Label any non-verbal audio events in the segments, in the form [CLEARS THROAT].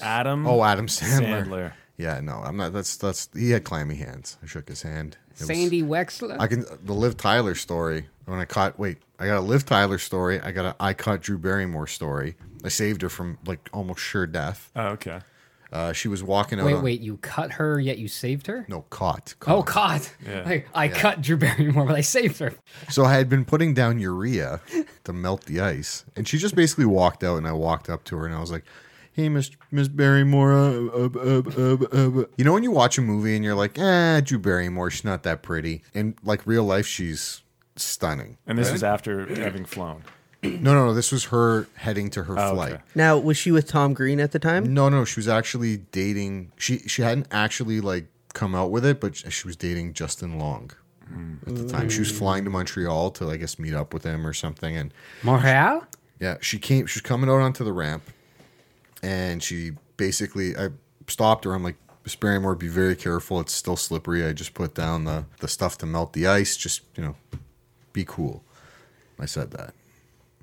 Adam. Oh, Adam Sandler. Sandler. Yeah, no, I'm not. That's that's. He had clammy hands. I shook his hand. It was- Sandy Wexler. I can the Liv Tyler story. When I caught wait, I got a Liv Tyler story. I got a I caught Drew Barrymore story. I saved her from like almost sure death. Oh, okay. Uh, she was walking out. wait, on- wait, you cut her yet you saved her? no caught. Oh caught. God! Yeah. Like, I cut Drew Barrymore, but I saved her. So I had been putting down urea to melt the ice, and she just basically walked out, and I walked up to her, and I was like, "Hey, Miss Miss Barrymore, uh, uh, uh, uh, uh, uh." you know when you watch a movie and you're like, eh, Drew Barrymore, she's not that pretty," and like real life, she's stunning. And this is after having flown. No, no, no, this was her heading to her flight. Now, was she with Tom Green at the time? No, no, she was actually dating. She she hadn't actually like come out with it, but she was dating Justin Long at the time. She was flying to Montreal to I guess meet up with him or something, and. Montreal? Yeah, she came. She was coming out onto the ramp, and she basically I stopped her. I'm like, Miss Barrymore, be very careful. It's still slippery. I just put down the the stuff to melt the ice. Just you know, be cool. I said that.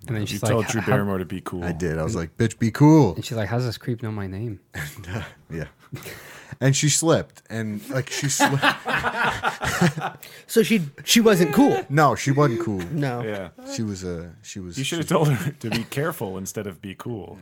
And then You she's told like, Drew "How-" Barrymore to be cool. I did. I was like, bitch, be cool. and she's like, "How's this creep know my name?" Yeah. And she slipped, and like she slipped. [LAUGHS] So she she wasn't cool. No, she wasn't cool. No, Yeah. She was a. She was. You should have told her to be careful instead of be cool.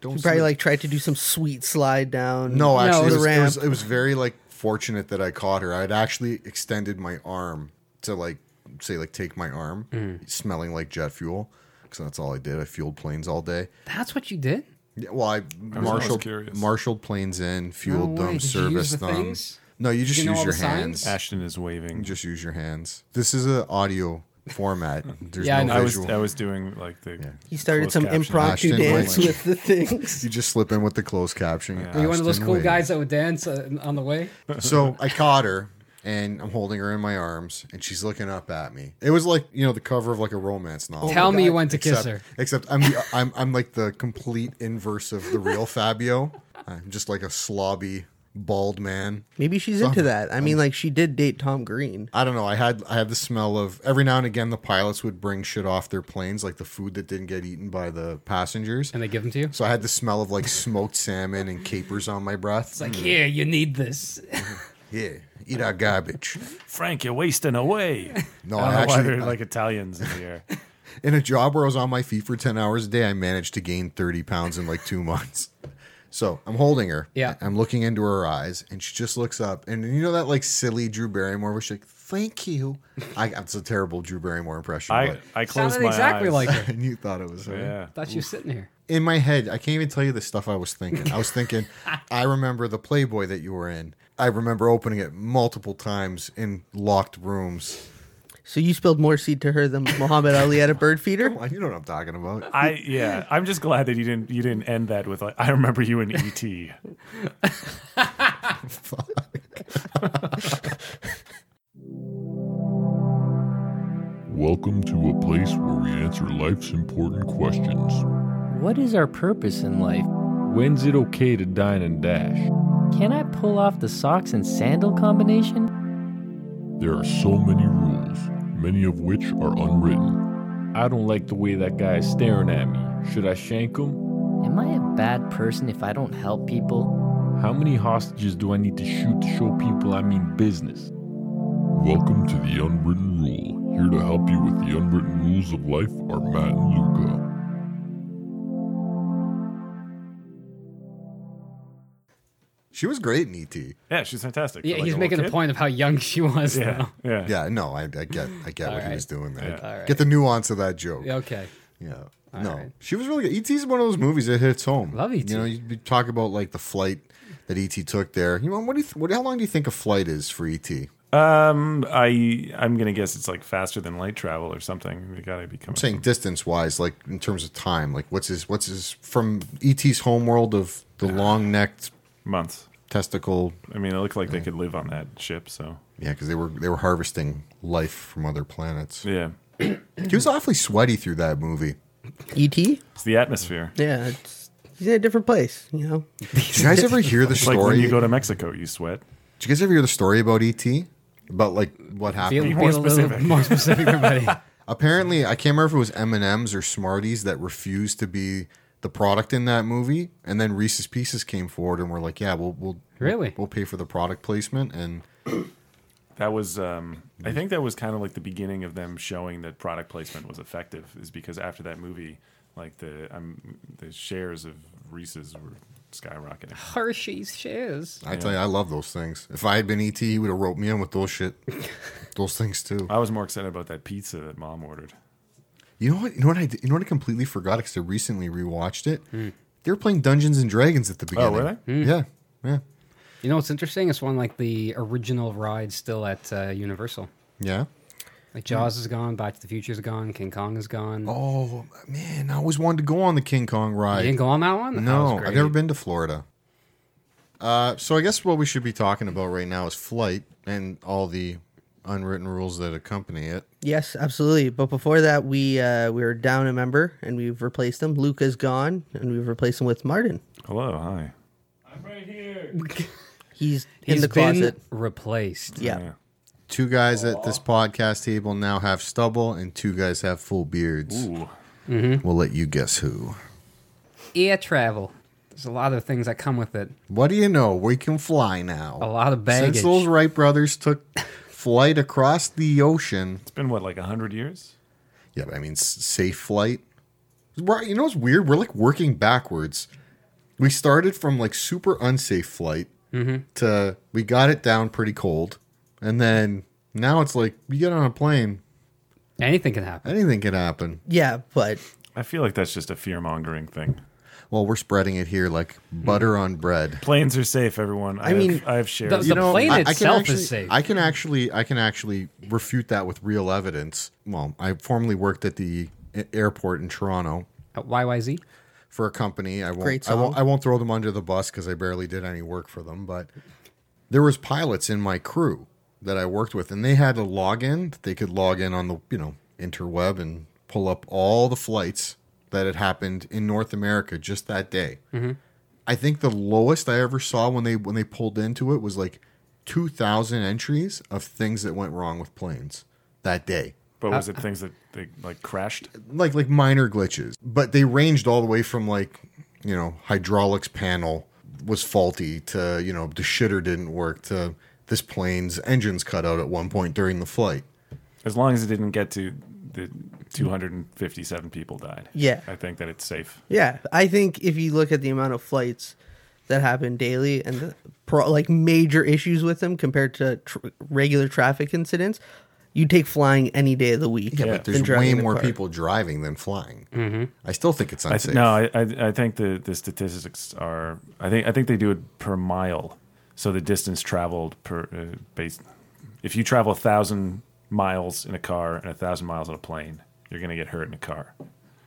Don't she probably slip. like tried to do some sweet slide down. No, actually, the it, was, it ramp. was it was very like fortunate that I caught her. I'd actually extended my arm to like say like take my arm, Mm. smelling like jet fuel because that's all I did. I fueled planes all day. That's what you did. Yeah, well, I marshaled curious. marshaled planes in, fueled No way. them, Did you use serviced the them. things? No, you just you know use all your the signs? hands. Ashton is waving. You just use your hands. This is an audio [LAUGHS] format. There's Yeah, I no know. I was visual. I was doing like the. He started closed some caption. impromptu Ashton dance Wayne. with the things. you just slip in with the closed caption. Were you one of those Ashton cool Wade. guys that would dance uh, on the way? So I caught her and I'm holding her in my arms and she's looking up at me. It was like, you know, the cover of like a romance novel. Tell me you went to except, kiss her. Except I'm, the, I'm, I'm like the complete inverse of the real Fabio. I'm just like a slobby, bald man. Maybe she's into that. I mean, like she did date Tom Green. I don't know. I had I had the smell of every now and again the pilots would bring shit off their planes, like the food that didn't get eaten by the passengers. And they give them to you. So I had the smell of like smoked salmon and capers on my breath. It's like, Hmm. here, you need this. yeah, eat our garbage. [LAUGHS] Frank, you're wasting away. [LAUGHS] I don't know No, I, why actually they're like Italians in the [LAUGHS] air. in a job where I was on my feet for 10 hours a day, I managed to gain 30 pounds in like two [LAUGHS] months. So I'm holding her. Yeah. I'm looking into her eyes, and she just looks up. And you know that like silly Drew Barrymore where she's like, thank you. I, that's a terrible Drew Barrymore impression. I I closed Sounded my exactly eyes. like her. [LAUGHS] but, [LAUGHS] and you thought it was her. Yeah. Thought you were sitting here. In my head, I can't even tell you the stuff I was thinking. I was thinking, I remember the Playboy that you were in. I remember opening it multiple times in locked rooms. So you spilled more seed to her than Muhammad Ali at a bird feeder. [LAUGHS] Well, you know what I'm talking about. I yeah. I'm just glad that you didn't you didn't end that with like I remember you in E ET. [LAUGHS] Welcome to a place where we answer life's important questions. What is our purpose in life? When's it okay to dine and dash? Can I pull off the socks and sandal combination? There are so many rules, many of which are unwritten. I don't like the way that guy is staring at me. Should I shank him? Am I a bad person if I don't help people? How many hostages do I need to shoot to show people I mean business? Welcome to the Unwritten Rule. Here to help you with the unwritten rules of life are Matt and Luca. She was great in E E.T. Yeah, she's fantastic. for, Yeah, like, he's little making a kid. point of how young she was. Yeah, now. yeah. Yeah, no, I, I get, I get what he right. was doing there. All right. Get the nuance of that joke. Yeah, Okay. no, right. she was really good. ET is one of those movies that hits home. Love E E.T.. You know, you you talk about like the flight that ET took there. You know, what do you, th- what? How long do you think a flight is for E ET? Um, I I'm gonna guess it's like faster than light travel or something. We gotta be coming. I'm saying distance wise, like in terms of time, like what's his, what's his from E ET's homeworld of the long necked months. testicle. I mean, it looked like they could live on that ship. So Yeah, because they were they were harvesting life from other planets. yeah, He was awfully sweaty through [LAUGHS] that movie. Et. it's the atmosphere. E Yeah, it's, he's in a different place. You know, Did you guys ever hear the It's like when story? you go to Mexico, you sweat. Did you guys ever hear the story about ET? About like what Be, happened? a- be more a little specific. [LAUGHS] more specific, everybody. Apparently, I can't remember if it was M and M's or Smarties that refused to be the product in that movie, and then Reese's Pieces came forward and were like, "Yeah, we'll we'll Really? we'll pay for the product placement." And That was, um, I think that was kind of like the beginning of them showing that product placement was effective, is because after that movie, like the um, the shares of Reese's were [SIGHS] skyrocketing. Hershey's shares. I tell you, I love those things. If I had been ET, he would have roped me in with those shit, those things too. I was more excited about that pizza that mom ordered. You know what? You know what? I did- you know what? I completely forgot because I recently rewatched it. They were playing Dungeons and Dragons at the beginning. were they? Yeah, yeah, You know what's interesting? It's one like the original ride still at uh, Universal. yeah. Like Jaws is gone, Back to the Future is gone, King Kong is gone. Hmm. Oh man, I always wanted to go on the King Kong you ride. didn't go on that one? That was No, I've great. never been to Florida. Uh, so I guess what we should be talking about right now is flight and all the unwritten rules that accompany it. Yes, absolutely. But before that, we uh, we were down a member and we've replaced him. Luke is gone and we've replaced him with Martin. Hello, hi. He's, in He's the been closet. replaced. Yeah. Two guys at this podcast table now have stubble, and two guys have full beards. Ooh, We'll let you guess who. Air travel. There's a lot of things that come with it. What do you know? We can fly now. A lot of Since baggage. those Wright brothers took flight across the ocean. it's been what like hundred years. Yeah, but I mean, s- safe flight. Right, you know what's weird? We're like working backwards. We started from like super unsafe flight Mm-hmm. to we got it down pretty cold, and then now it's like you get on a plane, Anything can happen. anything can happen. Yeah, but I feel like that's just a fear mongering thing. Well, we're spreading it here like butter on bread. Planes are safe, everyone. I, mean, have, I have shares. the- Hmm. the- plane can itself is actually- safe. I can actually, I can actually refute that with real evidence. Well, I formerly worked at the a- airport in Toronto, At YYZ? for a company. I won't, Great I won't, song. I won't throw them under the bus because I barely did any work for them. But there was pilots in my crew that I worked with, and they had a login that they could log in on the you know interweb and pull up all the flights that had happened in North America just that day. Mm-hmm. I think the lowest I ever saw when they when they pulled into it was like two thousand entries of things that went wrong with planes that day but was it things that they like crashed? like like minor glitches, but they ranged all the way from like you know hydraulics panel was faulty to you know the shitter didn't work to this plane's engines cut out at one point during the flight. As long as it didn't get to the 257 people died. Yeah. I think that it's safe. yeah, I think if you look at the amount of flights that happen daily and the pro- like major issues with them compared to tr- regular traffic incidents, you take flying any day of the week. Yeah, Yeah. but there's than driving way in a more car. people driving than flying. Mm-hmm. I still think it's I th- unsafe. no, I, I I think the the statistics are. I think I think they do it per mile, so the distance traveled per uh, base. If you travel a thousand miles in a car and a thousand miles on a plane, you're gonna get hurt in a car.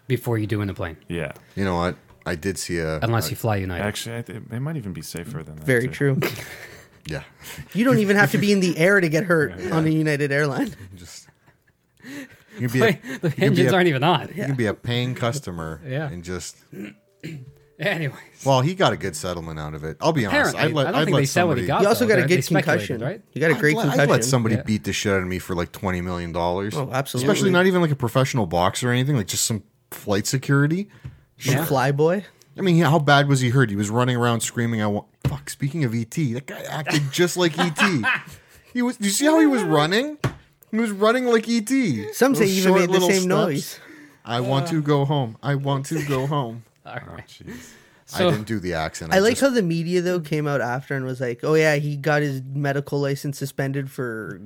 Before you do in a plane. Yeah, you know what? I did see a Unless you fly United. actually, I th- it might even be safer than that. Very too. true. yeah. [LAUGHS] You don't even have to be in the air to get hurt on a United airline. Just you'd be a, [LAUGHS] the you could be engines a, aren't even on. you could be a paying customer [LAUGHS] Yeah. and just [LAUGHS] Anyways. well he got a good settlement out of it. I'll be honest. Apparently. I don't think they sell what he got. You also though. got a They- good they speculated, concussion, right? You got a great I'd, let- I'd concussion. let somebody Yeah. beat the shit out of me for like twenty million dollars. Oh, absolutely. Especially not even like a professional boxer or anything, like just some flight security. Yeah. fly boy. I mean, how bad was he hurt? He was running around screaming, "I want." Fuck. Speaking of ET, that guy acted just like [LAUGHS] ET. He was. Do you see how he was running? He was running like ET. Some say Those he even short made the little same steps. noise. I want to go home. I want to go [LAUGHS] home. Oh, jeez. I So- didn't do the accent. I like just- how the media though came out after and was like, "Oh yeah, he got his medical license suspended for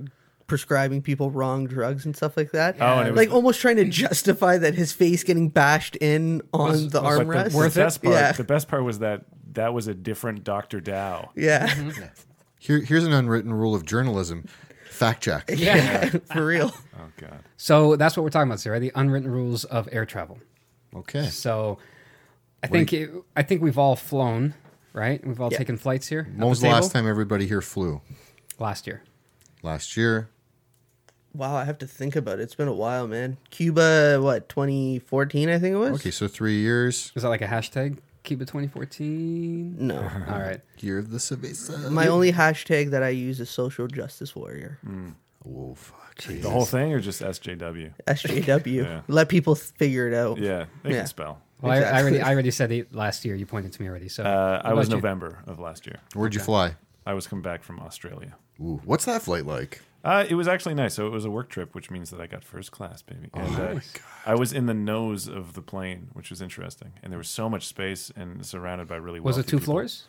prescribing people wrong drugs and stuff like that." Oh, and it was- like almost trying to justify that his face getting bashed in on the But the, armrest. the best part, Yeah. the best part was that that was a different Doctor Dow. [LAUGHS] yeah, Here, here's an unwritten rule of journalism: fact check. Yeah. [LAUGHS] for real. Oh God. [LAUGHS] so that's what we're talking about today, right? The unwritten rules of air travel. Okay. So I think it, I think we've all flown, right? We've all Yeah. taken flights here. at When was the this last table? time everybody here flew? Last year. Last year. Wow, I have to think about it. It's been a while, man. Cuba, what 2014? I think it was. Okay, so three years. Was that like a hashtag? Keep it 2014. [LAUGHS] No, All right. Year of the Cerveza. my only hashtag that I use is social justice warrior. Mm. oh, fuck. The whole thing, or just SJW? SJW. [LAUGHS] Yeah. Let people figure it out. Yeah, they Yeah. can spell. Well, I- I, already, Exactly. I already said it last year. You pointed to me already. So Uh, I was about you? November of last year. Where'd you fly? I was coming back from Australia. Ooh, what's that flight like? Uh, it was actually nice. So it was a work trip, which means that I got first class, baby. And, uh, I was in the nose of the plane, which was interesting. And there was so much space and surrounded by really was it wealthy two people. floors?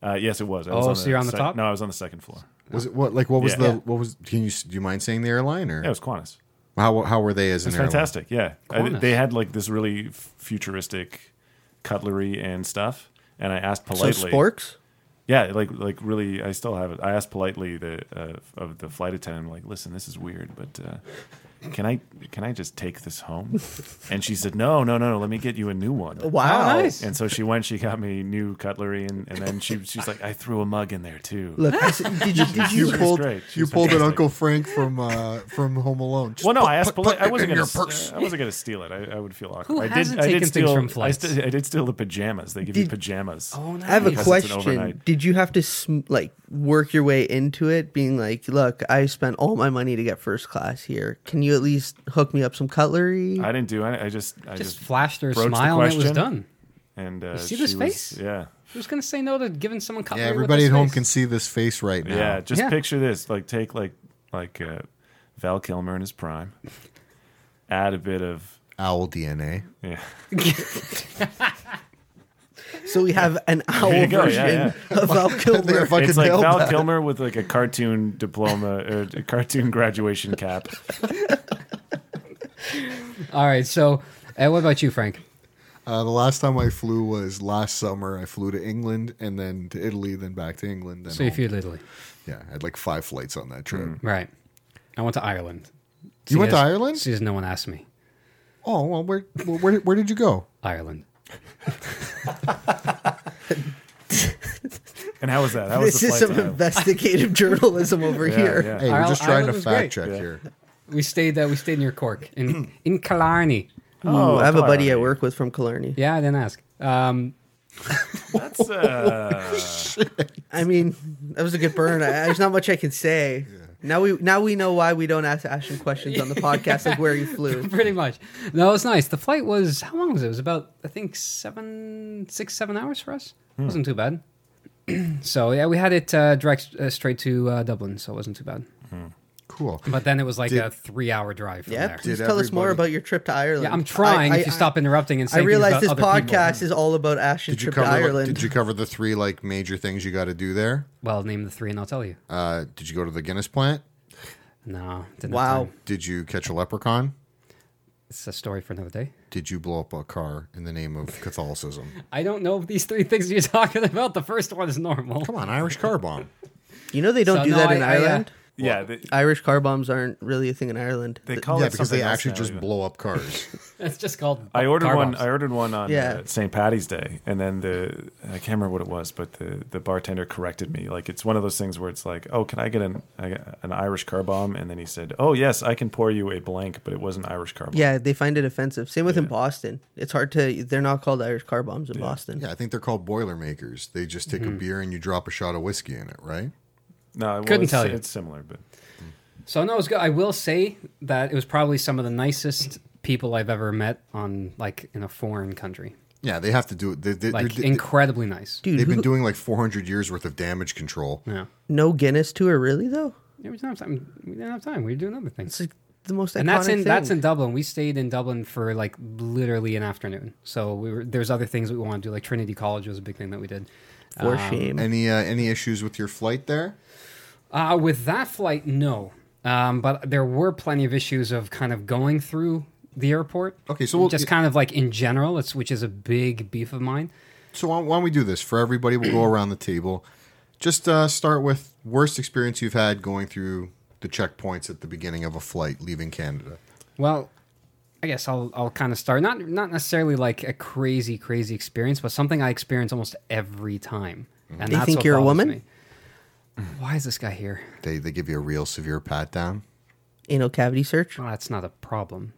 Uh, yes, it was. I was Oh, so you're on the sec- top? No, I was on the second floor. Was it what? Like what was Yeah. the Yeah. what was? Can you s- do you mind saying the airline or Yeah, it was Qantas. how how were they as an It's airline? fantastic. Yeah, I, Qantas. they had like this really f- futuristic cutlery and stuff. And I asked So politely. sporks. Yeah, like like really, I still have it. I asked politely the uh, of the flight attendant, like, listen, this is weird, but uh, can I can I just take this home? And she said, no, no, no, no, let me get you a new one. Wow. nice. And so she went, she got me new cutlery, and, and then she she's like, I threw a mug in there too. Look, [LAUGHS] I s- did you, did you She was pull? great. She You was pulled an fantastic. Uncle Frank from uh, from Home Alone. Just Well, no, put- I asked. put- Poli- put I it wasn't in gonna. your St- purse. I wasn't gonna steal it. I, I would feel awkward. Who I did. hasn't I taken did things steal. from I, flights? st- I did steal the pajamas. They give you pajamas. Oh, nice. I have a Because it's an question. overnight. Did you have to sm- like work your way into it, being like, "Look, I spent all my money to get first class here. Can you at least hook me up some cutlery?" I didn't do. I, I just. I Just just. flashed her a broached the smile and it was question. done. and uh, see this she face? Was, yeah. Who's going to say no to giving someone cutlery? Yeah, with everybody this at home face? can see this face right now. Yeah, just Yeah. picture this. Like take like like uh, Val Kilmer in his prime. Add a bit of Owl DNA. yeah. so we have [LAUGHS] an owl you go, yeah, version [LAUGHS] of Val They Kilmer. have fucking it's like nailed Val that. Kilmer with like a cartoon diploma or a cartoon graduation cap. All right. So, uh, what about you, Frank? Uh, the last time I flew was last summer. I flew to England and then to Italy, then back to England. Then So you home. flew to Italy, yeah, I had like five flights on that trip. Mm. right? I went to Ireland. You went to Because- Ireland? Because no one asked me. Oh well, where well, where where did you go? Ireland. And how was that? How was This the is flight? some to Ireland? [LAUGHS] investigative journalism over Yeah, here. yeah. Hey, we're Ireland- just trying Ireland to was fact great. check here. We stayed. Uh, we stayed near Cork in in Killarney. Oh, I have a buddy I Killarney. work with from Killarney. Yeah, I didn't ask. Um, That's uh, I mean, that was a good burn. I, there's not much I can say. Now we now we know why we don't ask Ashton questions on the podcast like where you [LAUGHS] flew. [LAUGHS] pretty much. No, it was nice. The flight was how long was it? It was about I think seven, six, seven hours for us. Hmm. It wasn't too bad. [CLEARS THROAT] so yeah, we had it uh, direct uh, straight to uh, Dublin, so it wasn't too bad. Cool. But then it was like Did- a three-hour drive from Yeah, there. please Did tell us more everybody- about your trip to Ireland. yeah, I'm trying I, if I- you stop interrupting and I, saying things realize about this other people. podcast is all about Ashton's Did you trip cover? to like, Ireland. did you cover the three like major things you got to do there? Well, name the three and I'll tell you. Uh, did you go to the Guinness plant? No, didn't have wow, time. Did you catch a leprechaun? it's a story for another day. Did you blow up a car in the name of Catholicism? I don't know if these three [LAUGHS] things you're talking about. The first one is normal. Come on, Irish car [LAUGHS] bomb. you know they don't So, do no, that I- in I, uh, Ireland. yeah. They, Irish car bombs aren't really a thing in Ireland. they Th- call yeah, it because they something else actually now, just yeah. blow up cars. It's just called. I ordered Oh, car one. bombs. I ordered one on Yeah. uh, St. Patty's Day, and then the I can't remember what it was, but the, the bartender corrected me. Like it's one of those things where it's like, oh, can I get an I got an Irish car bomb? And then he said, oh yes, I can pour you a blank, but it was an Irish car bomb. yeah, they find it offensive. Same with in Boston. It's hard to. They're not called Irish car bombs in Boston. yeah, I think they're called Boilermakers. They just take Hmm. a beer and you drop a shot of whiskey in it, right? No, well, Couldn't it's, tell you. It's similar, but So no, it was good. I will say that it was probably some of the nicest people I've ever met on like in a foreign country. Yeah, they have to do it. They, they, Like they're- incredibly nice. Dude, they've who, been doing like 400 years worth of damage control. Yeah. no Guinness tour, really though. Every time time we didn't have time. We were doing other It's things. like the most iconic And that's in thing. that's in Dublin. We stayed in Dublin for like literally an afternoon. So we were there's other things that we wanted to do. Like Trinity College was a big thing that we did. for shame. Any uh, any issues with your flight there? Uh, with that flight, no. Um, but there were plenty of issues of kind of going through the airport. Okay, so we'll- just kind of like in general, it's which is a big beef of mine. So why, why don't we do this for everybody? We'll [CLEARS THROAT] go around the table. Just uh, start with worst experience you've had going through the checkpoints at the beginning of a flight leaving Canada. Well, I guess I'll I'll kind of start not not necessarily like a crazy crazy experience, but something I experience almost every time. And Mm. They that's think what you're a bothers woman? me. Why is this guy here? They they give you a real severe pat down. Anal cavity search. Well, that's not a problem.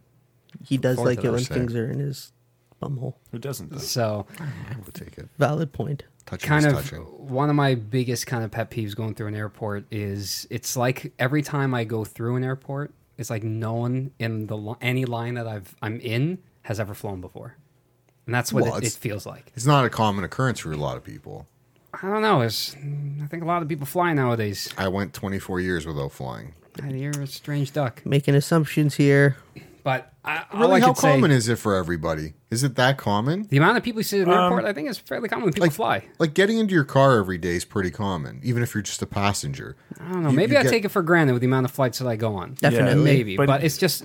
He does course like that it when was there. things are in his bumhole. who doesn't? Though? So I would take it. Valid point. Touching kind is of touching. one of my biggest kind of pet peeves going through an airport is it's like every time I go through an airport, it's like no one in the li- any line that I've I'm in has ever flown before. and that's what Well, it, it it's- feels like. It's not a common occurrence for a lot of people. I don't know. It's, I think a lot of people fly nowadays. I went 24 years without flying. I hear a strange duck, Making assumptions here. but I, all Really, I how could say- common is it for everybody? Is it that common? the amount of people you see in an airport, I think is fairly common. People fly. Like getting into your car every day is pretty common, even if you're just a passenger. I don't know. you- Maybe you I get- take it for granted with the amount of flights that I go on. Definitely. maybe, but, but- it's just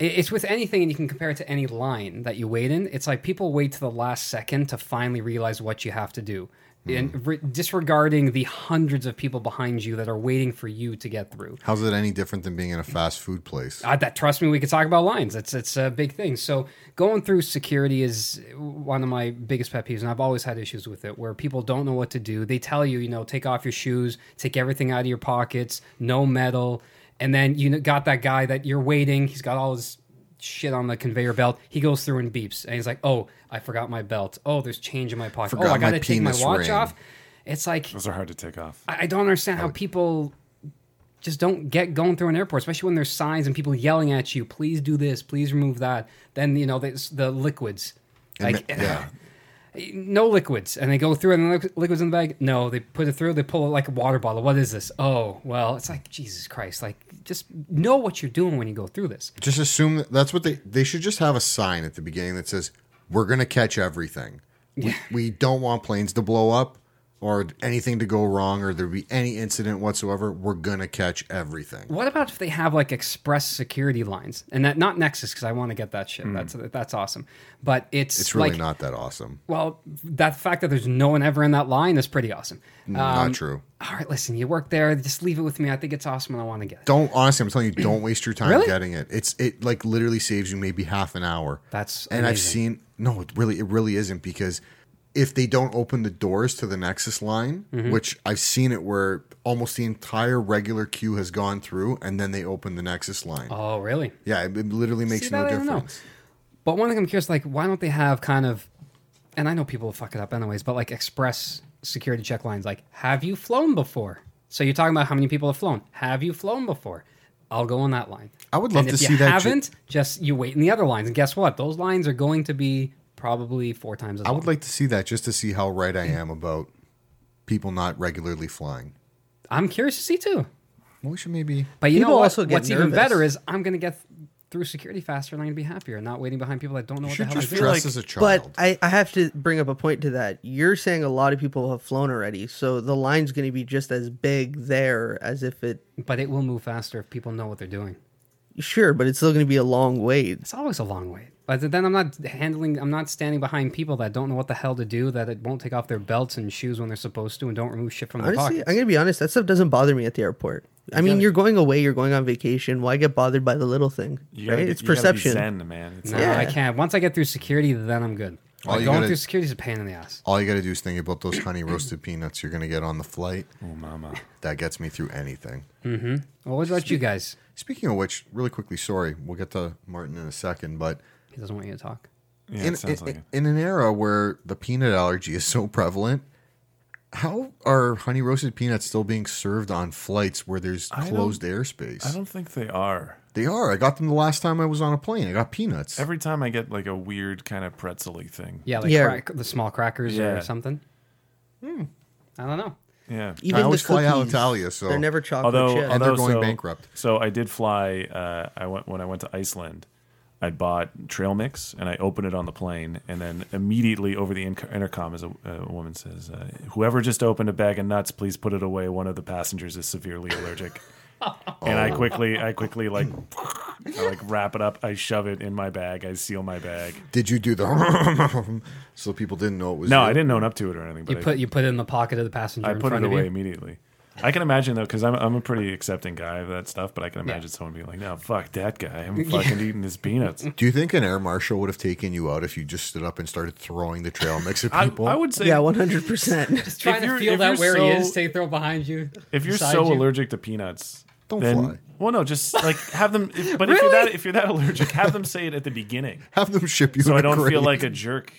i- it's with anything, and you can compare it to any line that you wait in. It's like people wait to the last second to finally realize what you have to do, Hmm. and re- disregarding the hundreds of people behind you that are waiting for you to get through. How's it any different than being in a fast food place? I, that trust me, we could talk about lines. It's it's a big thing. So going through security is one of my biggest pet peeves, and I've always had issues with it, where people don't know what to do. They tell you, you know, take off your shoes, take everything out of your pockets, no metal, and then you got that guy that you're waiting. He's got all his shit on the conveyor belt. He goes through and beeps, and he's like, "Oh, I forgot my belt. Oh, there's change in my pocket. oh, Forgot I my gotta take my penis watch ring." off." It's like Those are hard to take off. I I don't understand how people just don't get going through an airport, especially when there's signs and people yelling at you, please do this, please remove that. Then, you know, there's the liquids. And Like, ma- yeah. [SIGHS] no liquids. And they go through and the liqu- liquids in the bag. No, they put it through, they pull it like a water bottle. What is this? Oh, well, it's like, Jesus Christ. Like, just know what you're doing when you go through this. Just assume that that's what they they should just have a sign at the beginning that says, "We're gonna catch everything. We, we don't want planes to blow up or anything to go wrong or there be any incident whatsoever. We're gonna catch everything." What about if they have like express security lines and that not Nexus because I want to get that shit. That's that's awesome, but it's Hmm. It's really like, not that awesome. Well, that fact that there's no one ever in that line is pretty awesome. Uh, not true. All right, listen, you work there. Just leave it with me. I think it's awesome, and I want to get it. Don't honestly, I'm telling you, don't waste your time Really? getting it. It's it like literally saves you maybe half an hour. That's and I've amazing. seen no, it really it really isn't because if they don't open the doors to the Nexus line, Mm-hmm. which I've seen it where almost the entire regular queue has gone through and then they open the Nexus line. Oh, really? yeah, it, it literally makes See, no that I don't know. difference. But one thing I'm curious, like, why don't they have kind of, and I know people will fuck it up anyways, but like express security check lines, like, have you flown before? So you're talking about how many people have flown. Have you flown before? I'll go on that line. I would love and to if see you that shit- haven't, just you wait in the other lines, and guess what? Those lines are going to be probably four times as I long. would like to see that just to see how right I am about people not regularly flying. I'm curious to see too. Well, we should maybe But you People know what? also get What's even nervous. better is I'm going to get th- through security faster and I'm going to be happier, not waiting behind people that don't know you what the should hell just they're dress doing. as a child. But I, I have to bring up a point to that. You're saying a lot of people have flown already, so the line's going to be just as big there as if it. But it will move faster if people know what they're doing. Sure, but it's still going to be a long wait. It's always a long wait. But then I'm not handling, I'm not standing behind people that don't know what the hell to do, that it won't take off their belts and shoes when they're supposed to, and don't remove shit from their Honestly, pockets. I'm going to be honest. That stuff doesn't bother me at the airport. I mean, you're going away, you're going on vacation. Why get bothered by the little thing? You right? gotta get- it's you gotta be perception. zen, man. It's no, not- I can't. Once I get through security, then I'm good. All Like, you going gotta- through security is a pain in the ass. all you got to do is think about those honey roasted peanuts you're going to get on the flight. oh, mama. That gets me through anything. Well, what about you guys? Speaking of which, really quickly, sorry, we'll get to Martin in a second, but He doesn't want you to talk. Yeah, in, it sounds in- like it. in an era where the peanut allergy is so prevalent, how are honey roasted peanuts still being served on flights where there's I don't- closed airspace? I don't think they are. they are. I got them the last time I was on a plane. I got peanuts. Every time I get like a weird kind of pretzel thing. Yeah, like Yeah. Hmm. Crack, the small crackers Yeah. or something. I don't know. Yeah. I Even always the fly cookies, Alitalia, so- they're never chocolate although, chip. although they're going so, bankrupt. So I did fly. Uh, I went when I went to Iceland. I bought trail mix and I opened it on the plane, and then immediately over the inc- intercom, as a, a woman says, uh, "Whoever just opened a bag of nuts, please put it away. One of the passengers is severely [LAUGHS] allergic." and Oh. I quickly, I quickly like, I like wrap it up. I shove it in my bag. I seal my bag. Did you do the [LAUGHS] so people didn't know it was No, you? I didn't own up to it or anything. But You I- put you put it in the pocket of the passenger I in put front it of away you. immediately. I can imagine though, because I'm I'm a pretty accepting guy of that stuff, but I can imagine someone being like, "No, fuck that guy. [LAUGHS] I'm fucking eating his peanuts." Do you think an air marshal would have taken you out if you just stood up and started throwing the trail mix at I, people? I would say, [LAUGHS] yeah, 100%. Trying to you're- feel if that you're where he so- is, take throw behind you. if you're beside so you. allergic to peanuts, Don't then, fly. Well, no, just like have them. if- but if you're that if you're that allergic, have them say it at the beginning, have them ship you. so in [LAUGHS] I a don't feel crate. like a jerk.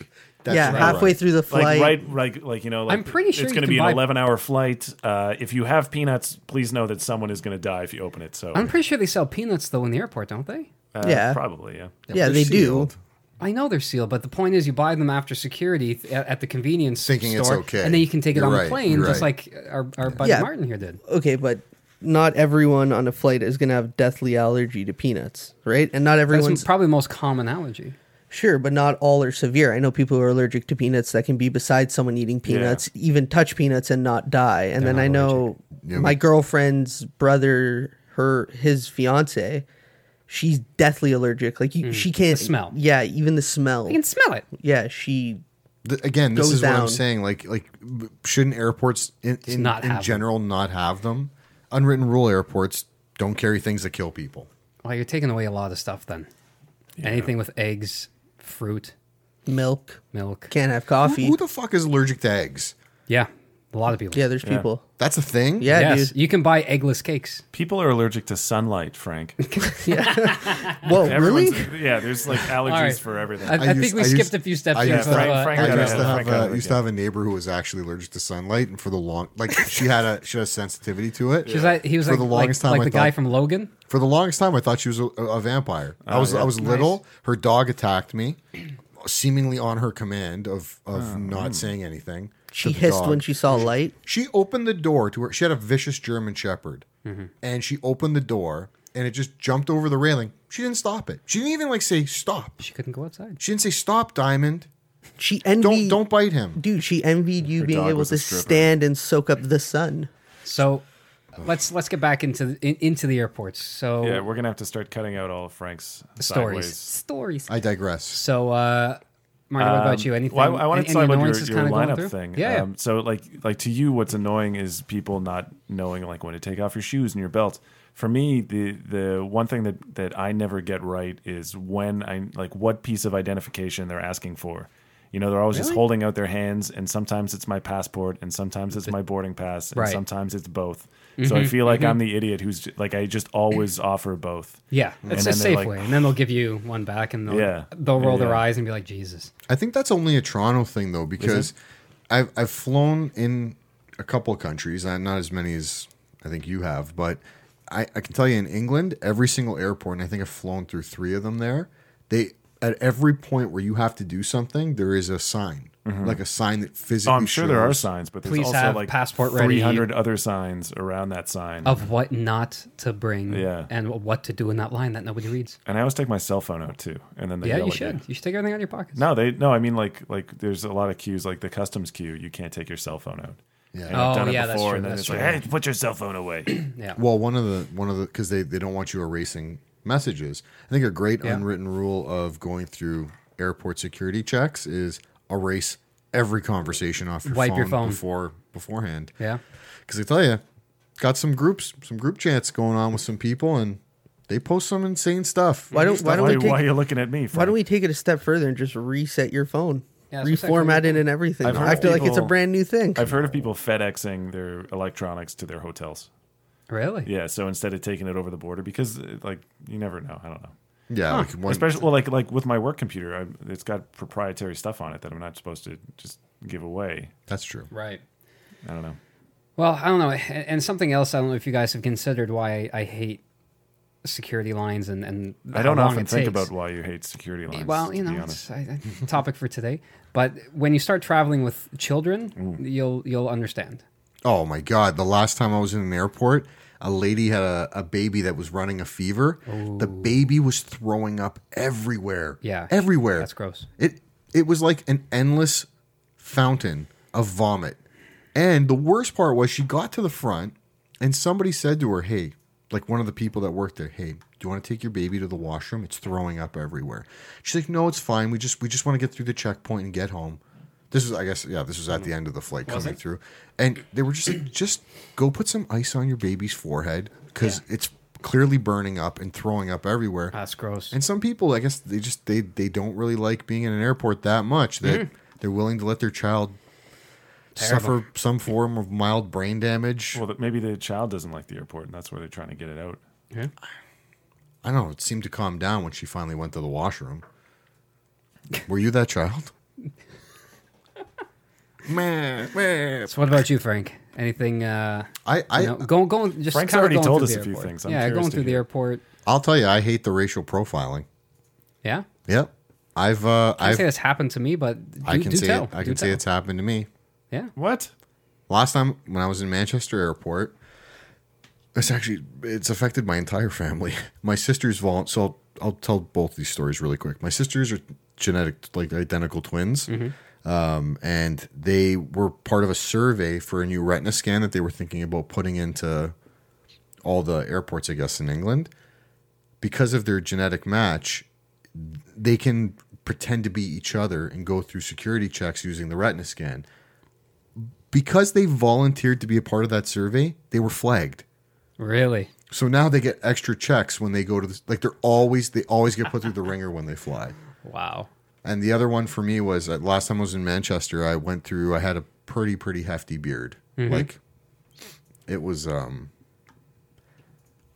That's yeah, right. halfway through the Like flight. right, like like you know, like I'm pretty sure it's you going to can be an buy- 11 hour flight. Uh, if you have peanuts, please know that someone is going to die if you open it. So I'm pretty sure they sell peanuts though in the airport, don't they? uh, yeah. probably yeah. Yeah, They're they do. sealed. I know they're sealed, but the point is, you buy them after security th- at, at the convenience Thinking store, it's okay. and then you can take it You're on right, the plane, you're just right. like our, our buddy Yeah. Martin here did. Okay, but not everyone on a flight is going to have deathly allergy to peanuts, right? And not That's everyone's probably the most common allergy. Sure, but not all are severe. I know people who are allergic to peanuts that can be besides someone eating peanuts, even touch peanuts and not die. And then I know Yeah, my but- girlfriend's brother, her his fiance, she's deathly allergic. Like you, she can't Mm, smell. Yeah, even the smell. I can smell it. Yeah, she. Th- again, this Goes is what I'm down. saying. Like, like b- shouldn't airports in, in, not have in them. general not have them? Unwritten rule: airports don't carry things that kill people. Well, you're taking away a lot of stuff then. Anything with eggs, fruit, Milk milk. can't have Who, coffee. who the fuck is allergic to eggs? Yeah, a lot of people. yeah, there's people. That's a thing. Yeah, yes, dude. you can buy eggless cakes. People are allergic to sunlight, Frank. Whoa, really? Everyone's yeah, there's like allergies [LAUGHS] All right. for everything. I, I, think used- we I skipped used- a few steps I here. used but, to- Frank- uh, Frank- I gotta used to have have Frank a, over used to again. have a neighbor who was actually allergic to sunlight, and for the long like she had a she had a sensitivity to it. he was like, he was for like, the like- longest time like I the guy thought- from Logan. for the longest time I thought she was a, a vampire. I was I was little. Her dog attacked me, seemingly on her command of of not saying anything. to She the hissed dog. when she saw light. She opened the door to her. She had a vicious German Shepherd, and she opened the door, and it just jumped over the railing. She didn't stop it. She didn't even like say stop. She couldn't go outside. She didn't say stop, Diamond. She envied. Don't don't bite him. dude. She envied you being dog able was a to stripper. stand and soak up the sun. So let's let's get back into the, in, into the airports. So yeah, we're gonna have to start cutting out all of Frank's stories, sideways. stories. I digress. So, uh, Marty, what about you? Anything? Um, Well, I, I want any- to talk about any your, annoyances your kinda going lineup through? thing. Yeah, yeah. Um, so like like to you, what's annoying is people not knowing like when to take off your shoes and your belt. For me, the the one thing that that I never get right is when I like what piece of identification they're asking for. You know, they're always just holding out their hands, and sometimes it's my passport, and sometimes it's my boarding pass, and Right. Mm-hmm. sometimes it's both. So I feel like I'm the idiot who's like I just always [CLEARS THROAT] offer both. yeah. It's then a they're safe like- way, and then they'll give you one back, and they'll Yeah. they'll roll their Yeah. eyes and be like, "Jesus." I think that's only a Toronto thing though, because I've I've flown in a couple countries, uh, not not as many as I think you have, but I, I can tell you in England, every single airport, and I think I've flown through three of them there, they at every point where you have to do something, there is a sign. Like a sign that physically Mm-hmm. Oh, I'm sure there are shows- signs, but there's Please also have like passport ready. 300 other signs around that sign. Of what not to bring, Mm-hmm. Yeah. and what to do in that line that nobody reads. And I always take my cell phone out too, and then they Yeah, yell you at should. You should take everything out of your pockets. No, they no. I mean, like like there's a lot of queues, like the customs queue. You can't take your cell phone out. Yeah, and Oh, yeah, that's true, and then that's it's true. like, hey, put your cell phone [CLEARS THROAT] away. Yeah. Well, one of the one of the because they they don't want you erasing messages. I think a great unwritten rule of going through airport security checks is erase every conversation off your, Wipe phone, your phone. before beforehand. yeah. because I tell you, got some groups some group chats going on with some people, and they post some insane stuff. Why don't Why don't why, we why are take you looking at me? Why don't we take it a step further and just reset your phone, Yeah, that's exactly what reformat it, and everything? I've heard I feel like it's a people- brand new thing. I've heard of people FedExing their electronics to their hotels. Really? Yeah, so instead of taking it over the border, because uh, like you never know. I don't know. Yeah, like one, Especially well, like like with my work computer, I, it's got proprietary stuff on it that I'm not supposed to just give away. that's true. Right. I don't know. Well, I don't know. And and something else, I don't know if you guys have considered why I hate security lines and, and I don't how long often it think takes. about why you hate security lines. Well, you to be know, honest. it's a a topic for today. But when you start traveling with [LAUGHS] children, Mm. you'll you'll understand. Oh my god! The last time I was in an airport, a lady had a, a baby that was running a fever. The baby was throwing up everywhere. Oh. Yeah. everywhere. That's gross. It it was like an endless fountain of vomit. And the worst part was she got to the front and somebody said to her, Hey, like one of the people that worked there, hey, do you want to take your baby to the washroom? It's throwing up everywhere. She's like, No, it's fine. We just we just want to get through the checkpoint and get home. This is I guess yeah, this was at the end of the flight coming through. And they were just like, just go put some ice on your baby's forehead because it's clearly burning up and throwing up everywhere. That's gross. And some people, I guess, they just they they don't really like being in an airport that much that Mm-hmm. they're willing to let their child suffer some form of mild brain damage. well, that- maybe the child doesn't like the airport, and that's where they're trying to get it out. I don't know. It seemed to calm down when she finally went to the washroom. Were you that [LAUGHS] child? Meh, meh. so, what about you, Frank? Anything? Uh, I, I you know, go go just Frank's kinda already going told through us the a few airport. things. I'm yeah, curious going to through the hear. airport. I'll tell you, I hate the racial profiling. Yeah. Yep. I've uh, I I've say this happened to me, but do, I can do see tell. it. I Do can see tell. it's happened to me. Yeah. What? Last time when I was in Manchester Airport, it's actually it's affected my entire family. [LAUGHS] My sisters vol so I'll, I'll tell both these stories really quick. My sisters are genetic like identical twins. Um, and they were part of a survey for a new retina scan that they were thinking about putting into all the airports, I guess, in England. Because of their genetic match, they can pretend to be each other and go through security checks using the retina scan. Because they volunteered to be a part of that survey, they were flagged. Really? So now they get extra checks when they go to the, like they're always they always get put through the ringer when they fly. Wow. And the other one for me was uh, last time I was in Manchester, I went through I had a pretty pretty hefty beard. Like it was um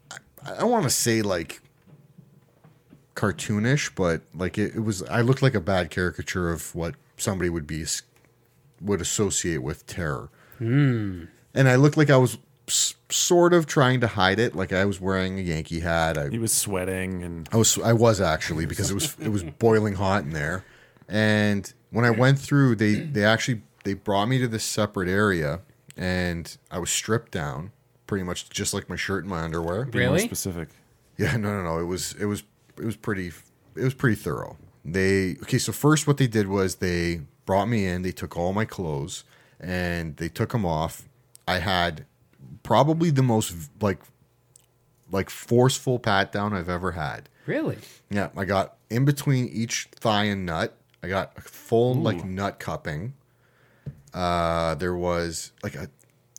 I, I want to say like cartoonish, but like it, it was I looked like a bad caricature of what somebody would be s- would associate with terror. And I looked like I was s- sort of trying to hide it, like I was wearing a Yankee hat. I He was sweating and I was I was actually because it was it was boiling hot in there. And when I went through, they they actually they brought me to this separate area, and I was stripped down, pretty much just like my shirt and my underwear. be more Really? specific. Yeah, no, no, no. It was it was it was pretty it was pretty thorough. They okay. So first, what they did was they brought me in. They took all my clothes and they took them off. I had probably the most like like forceful pat down I've ever had. Really? Yeah, I got in between each thigh and nut. I got a full like nut cupping. Uh, there was like a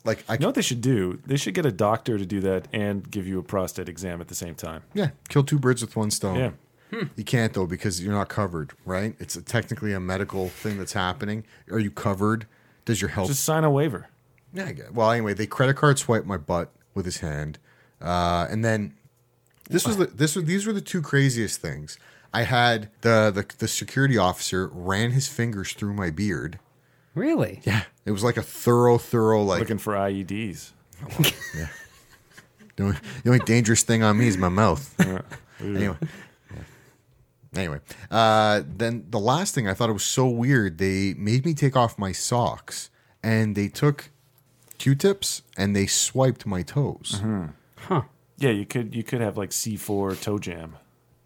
like I You know what they should do? They should get a doctor to do that and give you a prostate exam at the same time. yeah kill two birds with one stone. Yeah. You can't though because you're not covered, right? It's a, technically a medical thing that's happening. Are you covered? Does your health? Just sign a waiver. yeah. I get- Well, anyway, they credit card swiped my butt with his hand, uh, and then this was the, this was these were the two craziest things. I had the, the the security officer ran his fingers through my beard. Really? Yeah. [LAUGHS] It was like a thorough, thorough, like, Looking for E IEDs. the only, the only dangerous thing on me is [LAUGHS] my mouth. [LAUGHS] anyway. Anyway. Uh, then the last thing I thought it was so weird, they made me take off my socks and they took Q tips and they swiped my toes. Mm-hmm. Yeah, you could you could have like C four toe jam.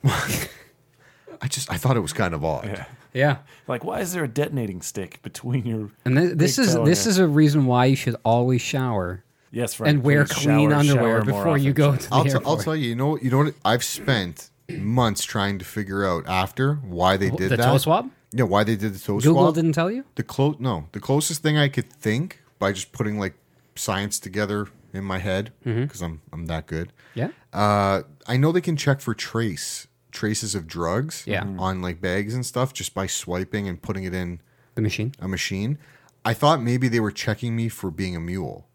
I just, I thought it was kind of odd. Yeah. Yeah. Like, why is there a detonating stick between your? And thi- this big is toe and this your- is a reason why you should always shower yes, right. and wear Please clean shower- underwear shower more before you often. go to the I'll, t- airport. I'll tell you, you know, you know what? I've spent months trying to figure out after why they did the that. toe swab? Yeah, why they did the toe Google swab. didn't tell you? The close, no, the closest thing I could think by just putting like science together in my head Mm-hmm. because I'm I'm that good. Yeah. Uh, I know they can check for trace traces of drugs. Yeah. Mm-hmm. Mhm. on like bags and stuff just by swiping and putting it in The machine. a machine. I thought maybe they were checking me for being a mule,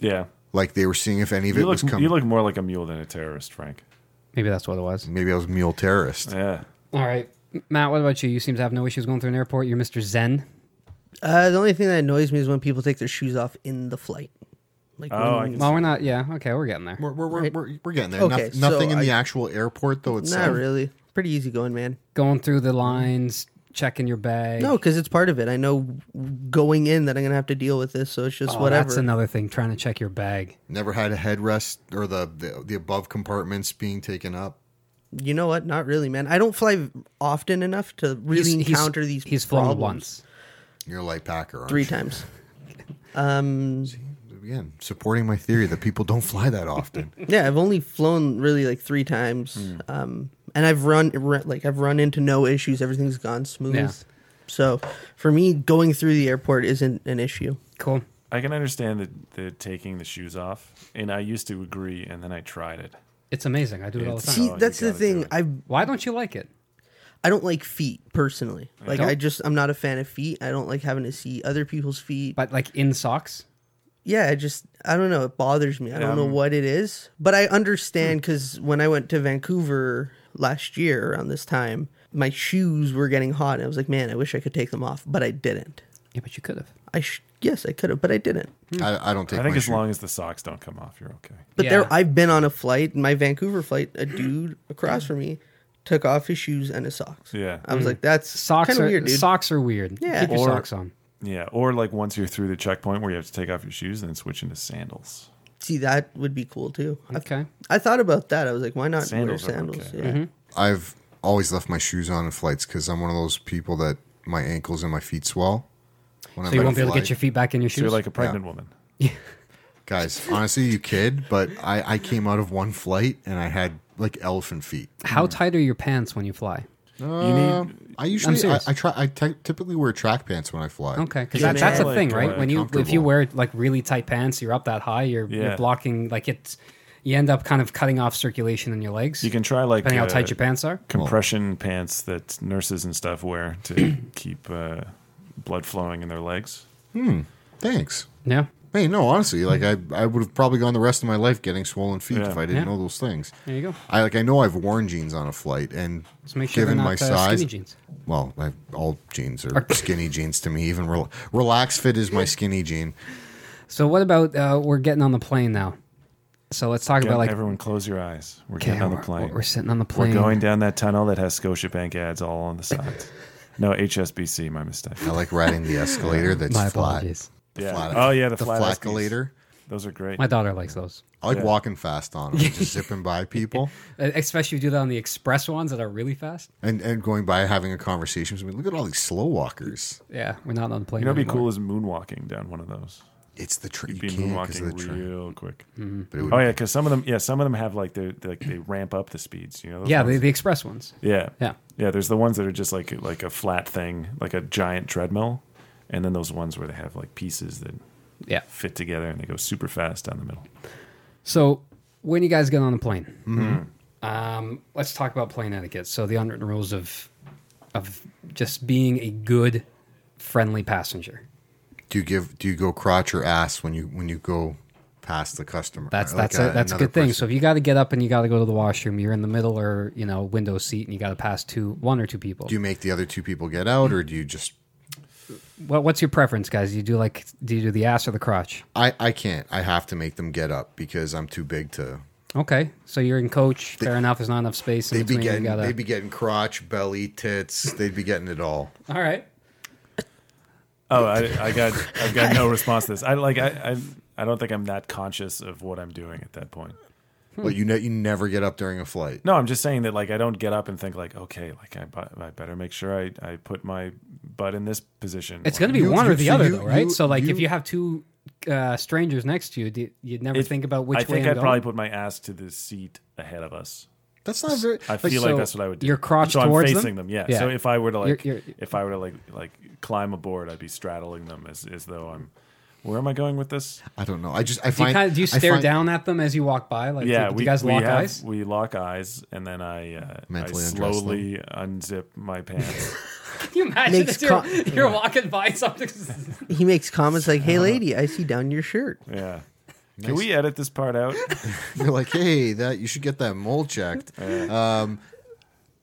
Yeah, like they were seeing if any of you it look was coming. you look more like a mule than a terrorist, Frank. Maybe that's what it was. maybe I was a mule terrorist. Yeah, All right. Matt, what about you? You seem to have no issues going through an airport. You're Mr. Zen. Uh, the only thing that annoys me is when people take their shoes off in the flight. Like Oh, I when- can Well, we're not. Yeah. Okay. We're getting there. We're, we're, we're, we're, we're getting there. Okay, Noth- nothing in so the I- actual airport though. It's not really. Pretty easy going, man. Going through the lines, checking your bag. No, because it's part of it. I know going in that I'm gonna have to deal with this, so it's just Oh, whatever. That's another thing. Trying to check your bag. Never had a headrest or the, the the above compartments being taken up. You know what? Not really, man. I don't fly often enough to really He's- he's- encounter these. He's flown problems. once. You're a light packer. aren't three you? [LAUGHS] times. Um, again supporting my theory that people don't [LAUGHS] fly [LAUGHS] that often. yeah, I've only flown really like three times, um, and I've run run- like I've run into no issues. Everything's gone smooth. Yeah. So for me, going through the airport isn't an issue. Cool. I can understand the the taking the shoes off, and I used to agree, and then I tried it. It's amazing. I do it all the It's- time. See, you that's the gotta do thing. it. I Why don't you like it? I don't like feet personally. Like Don't- I just I'm not a fan of feet. I don't like having to see other people's feet. But like in socks. yeah, I just I don't know. It bothers me. I don't know Um, what it is, but I understand because when I went to Vancouver last year around this time, my shoes were getting hot, and I was like, man, I wish I could take them off, but I didn't. Yeah, but you could have. I sh- yes, I could have, but I didn't. I, I don't take. I think my as shoe- long as the socks don't come off, you're okay. But Yeah. there, I've been on a flight, my Vancouver flight. A dude across from me took off his shoes and his socks. Yeah. Um, I was like, that's Hmm. Socks kind are of weird, dude. socks are weird. Yeah. Keep your Or- socks on. Yeah, or like once you're through the checkpoint where you have to take off your shoes and then switch into sandals. See, that would be cool too. I- Okay. Mm-hmm. I, thought about that. I was like, why not Sandals are wear sandals? okay. Yeah. I've always left my shoes on in flights because I'm one of those people that my ankles and my feet swell. When So you won't be able to get your feet back in your shoes. So you're like a pregnant woman. Guys, honestly, you kid, but I, I came out of one flight and I had like elephant feet. How tight are your pants when you fly? Uh, I usually I, serious. I try I ty- typically wear track pants when I fly. Okay, because Yeah, that, that's a like, thing, right? uh, when you if you comfortable. wear like really tight pants, you're up that high, you're Yeah. you're blocking like it's you end up kind of cutting off circulation in your legs. You can try like depending uh, how tight your pants are. compression pants that nurses and stuff wear to [COUGHS] keep uh, blood flowing in their legs. Thanks. Yeah. Hey, no, honestly, like I, I would have probably gone the rest of my life getting swollen feet Yeah. if I didn't Hmm. Yeah. know those things. There you go. I like I know I've worn jeans on a flight, and So make sure given they're my not uh, size, skinny jeans. well, I, all jeans [LAUGHS] are skinny jeans to me. Even rel- relax fit is my skinny jean. So what about uh, we're getting on the plane now? So let's talk Get- about like everyone, close your eyes. We're okay, getting on the we're- plane. We're, sitting on the We're plane. going down that tunnel that has Scotiabank ads all on the sides. no, HSBC, my mistake. I like riding the escalator that's My flat. apologies. Yeah. flat- oh yeah, the, The flat escalator. flaccolator. Those are great. My daughter likes those, I like Yeah. walking fast on them, [LAUGHS] just zipping by people Uh, especially if you do that on the express ones that are really fast. and, and going by having a conversation with me. Look at all these slow walkers. Yeah, we're not on the plane. You know, what'd be cool anymore. is moonwalking down one of those. It's the tree. You'd be You can't 'cause of moonwalking the tree. real quick. Mm-hmm. But it would Oh yeah, because some of them, yeah, some of them have like they like they ramp up the speeds. You know, those Yeah, ones? the, the express ones. yeah, Yeah. yeah. There's the ones that are just like like a flat thing, like a giant treadmill, and then those ones where they have like pieces that Yeah. fit together and they go super fast down the middle. So when you guys get on the plane, Mm-hmm. um, let's talk about plane etiquette. So the unwritten rules of of just being a good, friendly passenger. do you give do you go crotch or ass when you when you go past the customer That's Like uh, that's a, that's a another good thing. So person. if you got to get up and you got to go to the washroom, you're in the middle or you know window seat, and you got to pass two one or two people. do you make the other two people get out or do you just Well, what's your preference, guys? You do like do you do the ass or the crotch? i i can't i have to make them get up because i'm too big to Okay, so you're in coach. Fair enough. There's not enough space in they'd be between. getting you gotta, they'd be getting crotch belly tits they'd be getting it all All right. Oh, I, I got I've got no response to this. I like I, I I don't think I'm that conscious of what I'm doing at that point. but you know you never get up during a flight No, I'm just saying that like I don't get up and think like okay, like I bu- I better make sure I I put my butt in this position. It's Or- going to be You- one you- or the so other, you- though, right? you- so, like, if you- you have two uh, strangers next to you, do, you'd never It- think about which I think way I'm I'd going. probably put my ass to the seat ahead of us. that's not very I feel like so that's what I would do. your crotch so towards I'm them? facing them. yeah. Yeah. So if I were to like, You're- you're- if I were to like, like climb aboard, I'd be straddling them as, as though I'm. Where am I going with this? i don't know i just i do you, find kind of, do you I stare find- down at them as you walk by? Like, yeah, do, we you guys we lock have- [LAUGHS] eyes? We lock eyes, and then I, uh, I Mentally undress slowly unzip my pants. [LAUGHS] Can you imagine if Makes you're, con- [LAUGHS] you're walking by [LAUGHS] something? He makes comments like, "Hey, lady, I see down your shirt." yeah. Can we edit this part out? You're like, hey, that you should get that [LAUGHS] mole checked. Um,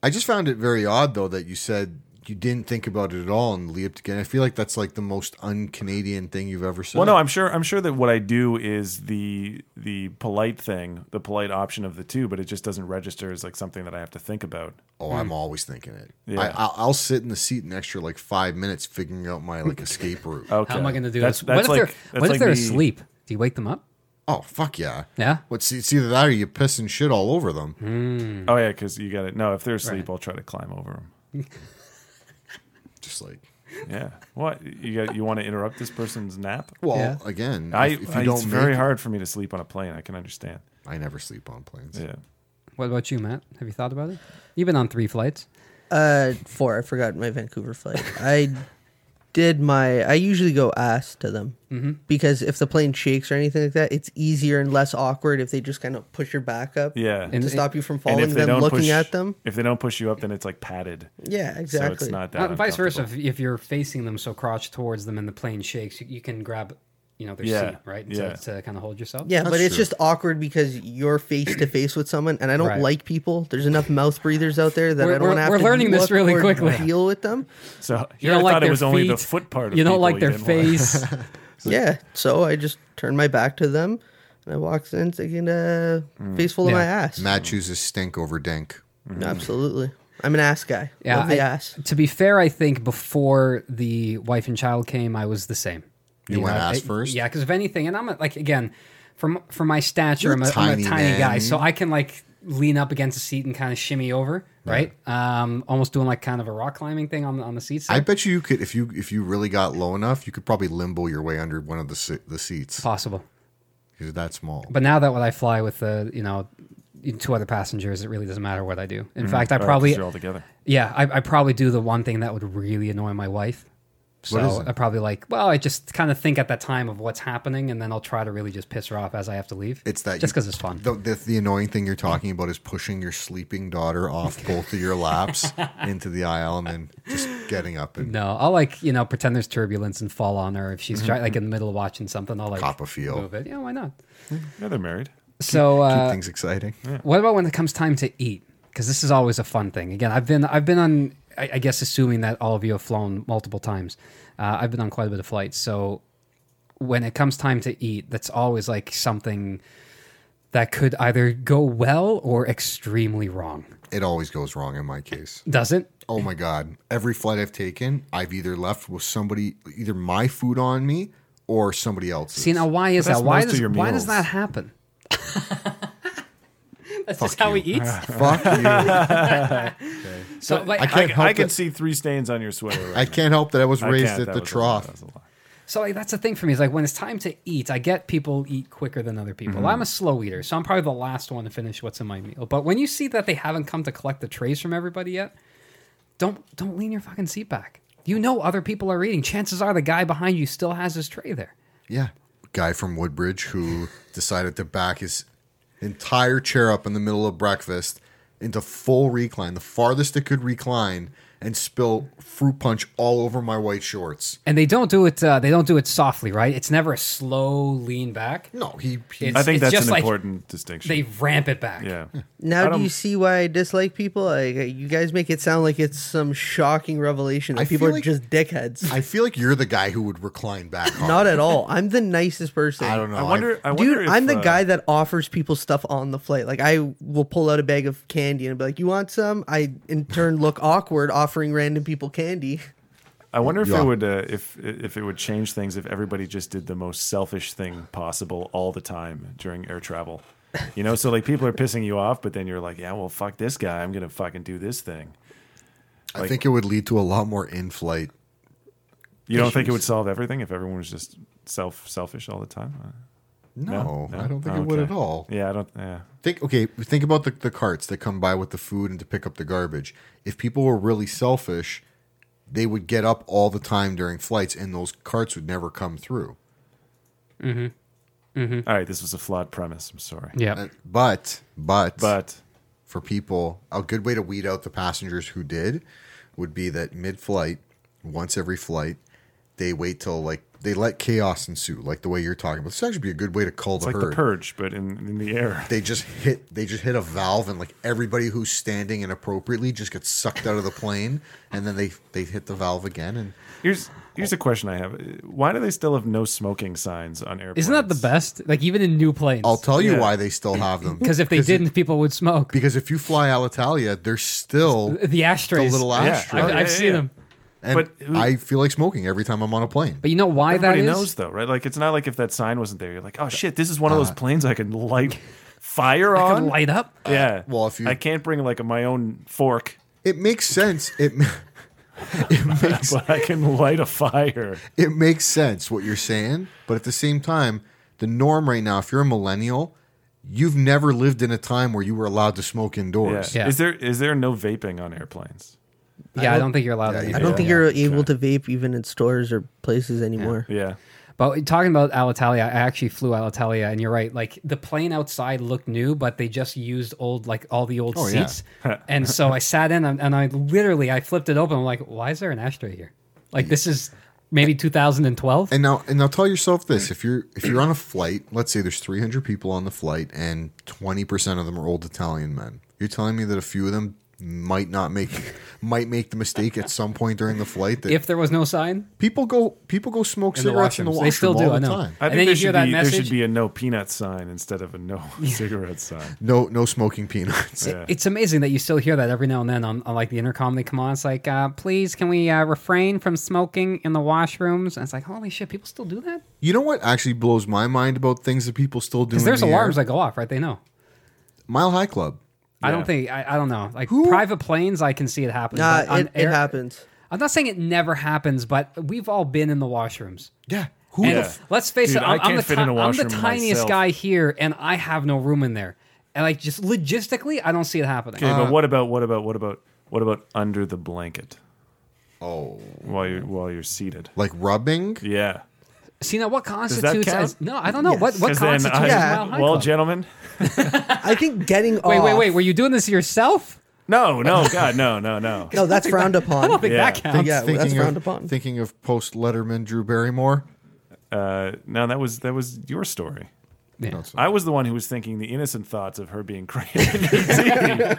I just found it very odd though that you said you didn't think about it at all and leaped again. I feel like that's like the most un-Canadian thing you've ever said. Well, no, I'm sure. I'm sure that what I do is the the polite thing, the polite option of the two, but it just doesn't register as like something that I have to think about. oh, I'm always thinking it. Hmm. Yeah. I, I'll, I'll sit in the seat an extra like five minutes figuring out my like escape route. Okay. How am I going to do That's- this? that's what if like- they're, that's what like if they're the- asleep? Do you wake them up? Oh, fuck yeah. Yeah. What's it's either that or you pissing shit all over them. Oh yeah, because you got to no. If they're asleep, Right. I'll try to climb over them. Just like, Yeah. What you got? You want to interrupt this person's nap? well, Yeah. again, I. if, if you I- don't it's make very it- hard for me to sleep on a plane. I can understand. I never sleep on planes. Yeah. What about you, Matt? Have you thought about it? You've been on three flights. Uh, four. I forgot my Vancouver flight. I did my. I usually go ass to them Mm-hmm. because if the plane shakes or anything like that, it's easier and less awkward if they just kind of push your back up. Yeah. To stop you from and falling, then looking push, at them. if they don't push you up, then it's like padded. Yeah, So exactly. it's not that. Uh, vice versa, if, uncomfortable. if you're facing them, so crotch towards them, and the plane shakes, you, you can grab, you know, their Yeah. seat, right? Yeah. To, to kind of hold yourself. Yeah, but it's true. just awkward because you're face to face with someone, and I don't Right. like people. There's enough mouth breathers out there that We're- I don't we're- want to have we're to learning this look really or quickly. Deal [LAUGHS] with them. So You here I don't thought like it their was only the feet. foot part. Of You don't people like their didn't like. [LAUGHS] face. yeah, so I just turn my back to them, and I walk in, taking a uh, face full of my ass. Matt chooses stink over dink. Absolutely. I'm an ass guy. Yeah, Love the I- ass. To be fair, I think before the wife and child came, I was the same. You went ass I- first? Yeah, because if anything, and I'm a, like again, from for my stature, You're I'm a, I'm a tiny, tiny man. guy, so I can like lean up against a seat and kind of shimmy over, right? Um, almost doing like kind of a rock climbing thing on on the seat. I side. bet you you could if you if you really got low enough, you could probably limbo your way under one of the se- the seats possible. because that small. But now that when I fly with the you know two other passengers, it really doesn't matter what I do. In fact, I probably Mm-hmm. Oh, you're all together. yeah, I, I probably do the one thing that would really annoy my wife. So What is it? I probably like, well, I just kind of think at that time of what's happening, and then I'll try to really just piss her off as I have to leave. It's that just you- because it's fun. The, the, the annoying thing you're talking about is pushing your sleeping daughter [LAUGHS] off both of your laps into the aisle and then just getting up [LAUGHS] and No, I'll like you know pretend there's turbulence and fall on her if she's try, like in the middle of watching something. I'll like Mm-hmm, Cop a feel. move it. Yeah, why not? Yeah, they're married. So keep uh, things exciting. What about when it comes time to eat? Because this is always a fun thing. Again, I've been I've been on. I, I guess assuming that all of you have flown multiple times, uh, I've been on quite a bit of flights. So when it comes time to eat, that's always like something that could either go well or extremely wrong. It always goes wrong in my case. Does it? Oh my god! Every flight I've taken, I've either left with somebody, either my food on me or somebody else's. See now, why is But that's that? Why most of does your why meals. does that happen? [LAUGHS] that's just how he eats. [LAUGHS] Fuck [LAUGHS] you! So like, I can't Uh, I, help I can it. see three stains on your sweater. Right I can't help that I was now. I raised can't, at that the was a- trough. that was a lot. So like that's the thing for me is like when it's time to eat, I get people eat quicker than other people. Mm-hmm. I'm a slow eater, so I'm probably the last one to finish what's in my meal. But when you see that they haven't come to collect the trays from everybody yet, don't don't lean your fucking seat back. You know other people are eating. Chances are the guy behind you still has his tray there. Yeah. Guy from Woodbridge who decided to back his entire chair up in the middle of breakfast into full recline, the farthest it could recline, and spill fruit punch all over my white shorts. And they don't do it. Uh, they don't do it softly, right? It's never a slow lean back. No, he, he I think It's that's just an like important distinction. They ramp it back. [LAUGHS] yeah. I Now do don't- you see why I dislike people? Like uh, you guys make it sound like it's some shocking revelation that I people feel are like- just dickheads. I feel like you're the guy who would recline back. hard. [LAUGHS] Not at all. I'm the nicest person. I don't know. I wonder. I wonder Dude, if, I'm the uh, guy that offers people stuff on the flight. Like I will pull out a bag of candy and be like, "You want some?" I in turn look awkward offering random people candy. I wonder if Yeah. it would uh, if if it would change things if everybody just did the most selfish thing possible all the time during air travel. You know, so like people are pissing you off, but then you're like, yeah, well, fuck this guy. I'm gonna fucking do this thing. I, think it would lead to a lot more in-flight. You don't think it would solve everything if everyone was just self selfish all the time? Uh, No, No? I don't think Oh, it would okay. at all. Yeah, I don't. Yeah, Think okay. Think about the, the carts that come by with the food and to pick up the garbage. If people were really selfish, they would get up all the time during flights, and those carts would never come through. Hmm. All right, this was a flawed premise. I'm sorry. Yeah. Uh, But but But for people, a good way to weed out the passengers who did would be that mid-flight, once every flight, they wait till like they let chaos ensue, like the way you're talking about. This would actually be a good way to call it's the like herd. the purge, but in, in the air. they just hit they just hit a valve and like everybody who's standing inappropriately just gets sucked out of the plane and then they they hit the valve again and Here's here's a question I have. Why do they still have no smoking signs on airplanes? Isn't that the best? Like even in new planes. I'll tell you Yeah. why they still have them Because if they didn't, people would smoke. because if you fly Alitalia they're still the ashtrays. little Yeah. ashtray. I've, Oh, yeah, I've yeah, seen yeah. them. and but who- I feel like smoking every time I'm on a plane. But you know why Everybody that is? knows, though, right? Like, it's not like if that sign wasn't there, you're like, oh shit, this is one of those planes I can [LAUGHS] light fire Uh. I on. could light up. yeah. Uh, well, if you- I can't bring like my own fork, [LAUGHS] It makes sense. It [LAUGHS] it [LAUGHS] makes but I can light a fire. it makes sense what you're saying, but at the same time, the norm right now if you're a millennial, you've never lived in a time where you were allowed to smoke Yeah. indoors. Yeah. Is there is there no vaping on airplanes? Yeah, I don't, think you're allowed. to I don't do think that. you're able to vape even in stores or places anymore. Yeah. But talking about Alitalia, I actually flew Alitalia, and you're right. Like the plane outside looked new, but they just used old, like all the old Oh, yeah. seats. and so I sat in, and, and I literally I flipped it open. I'm like, why is there an ashtray here? Like this is maybe 2012. And now, and now, tell yourself this: if you're if you're on a flight, let's say there's 300 people on the flight, and 20 percent of them are old Italian men. You're telling me that a few of them might not make might make the mistake at some point during the flight that If there was no sign, people go people go smoke In the cigarettes in the washrooms. washroom They still do, all I the know. time. I And think then there you hear should that be, There message- should be a no peanut sign instead of a [LAUGHS] no cigarette sign. No no smoking peanuts. Yeah. it's amazing that you still hear that every now and then on, on like the intercom. They come on, it's like, uh, please, can we uh, refrain from smoking in the washrooms? And it's like, holy shit, people still do that? You know what actually blows my mind about things that people still do? Because in there's the alarms air? that go off, right? They know. Mile High Club. I Yeah. don't think I, I don't know. Like Who- private planes, I can see it happening. Nah, but on Uh, it, air- it happens. I'm not saying it never happens, but we've all been in the washrooms. Yeah. Who And the Yeah. f- let's face Dude, it, I I'm, I'm can't the fit in a ti- I'm the washroom tiniest myself. guy here, and I have no room in there. And like just logistically, I don't see it happening. Okay, but what about what about what about what about under the blanket Oh. while you're while you're seated? Like rubbing? Yeah. see now, what that constitutes count? as no? I don't know what Yes. what 'Cause then constitutes I- Yeah. Mile High well, Club? gentlemen. I think [LAUGHS] getting off. Wait, wait, wait. Were you doing this yourself? [LAUGHS] No, no, God, no, no, no. No, [LAUGHS] that's frowned upon. I don't think Yeah. that counts. Yeah, that's Thinking frowned of, upon. thinking of post Letterman Drew Barrymore. Uh, no, that was that was your story. Yeah. I was the one who was thinking the innocent thoughts of her being [LAUGHS] [LAUGHS] crazy.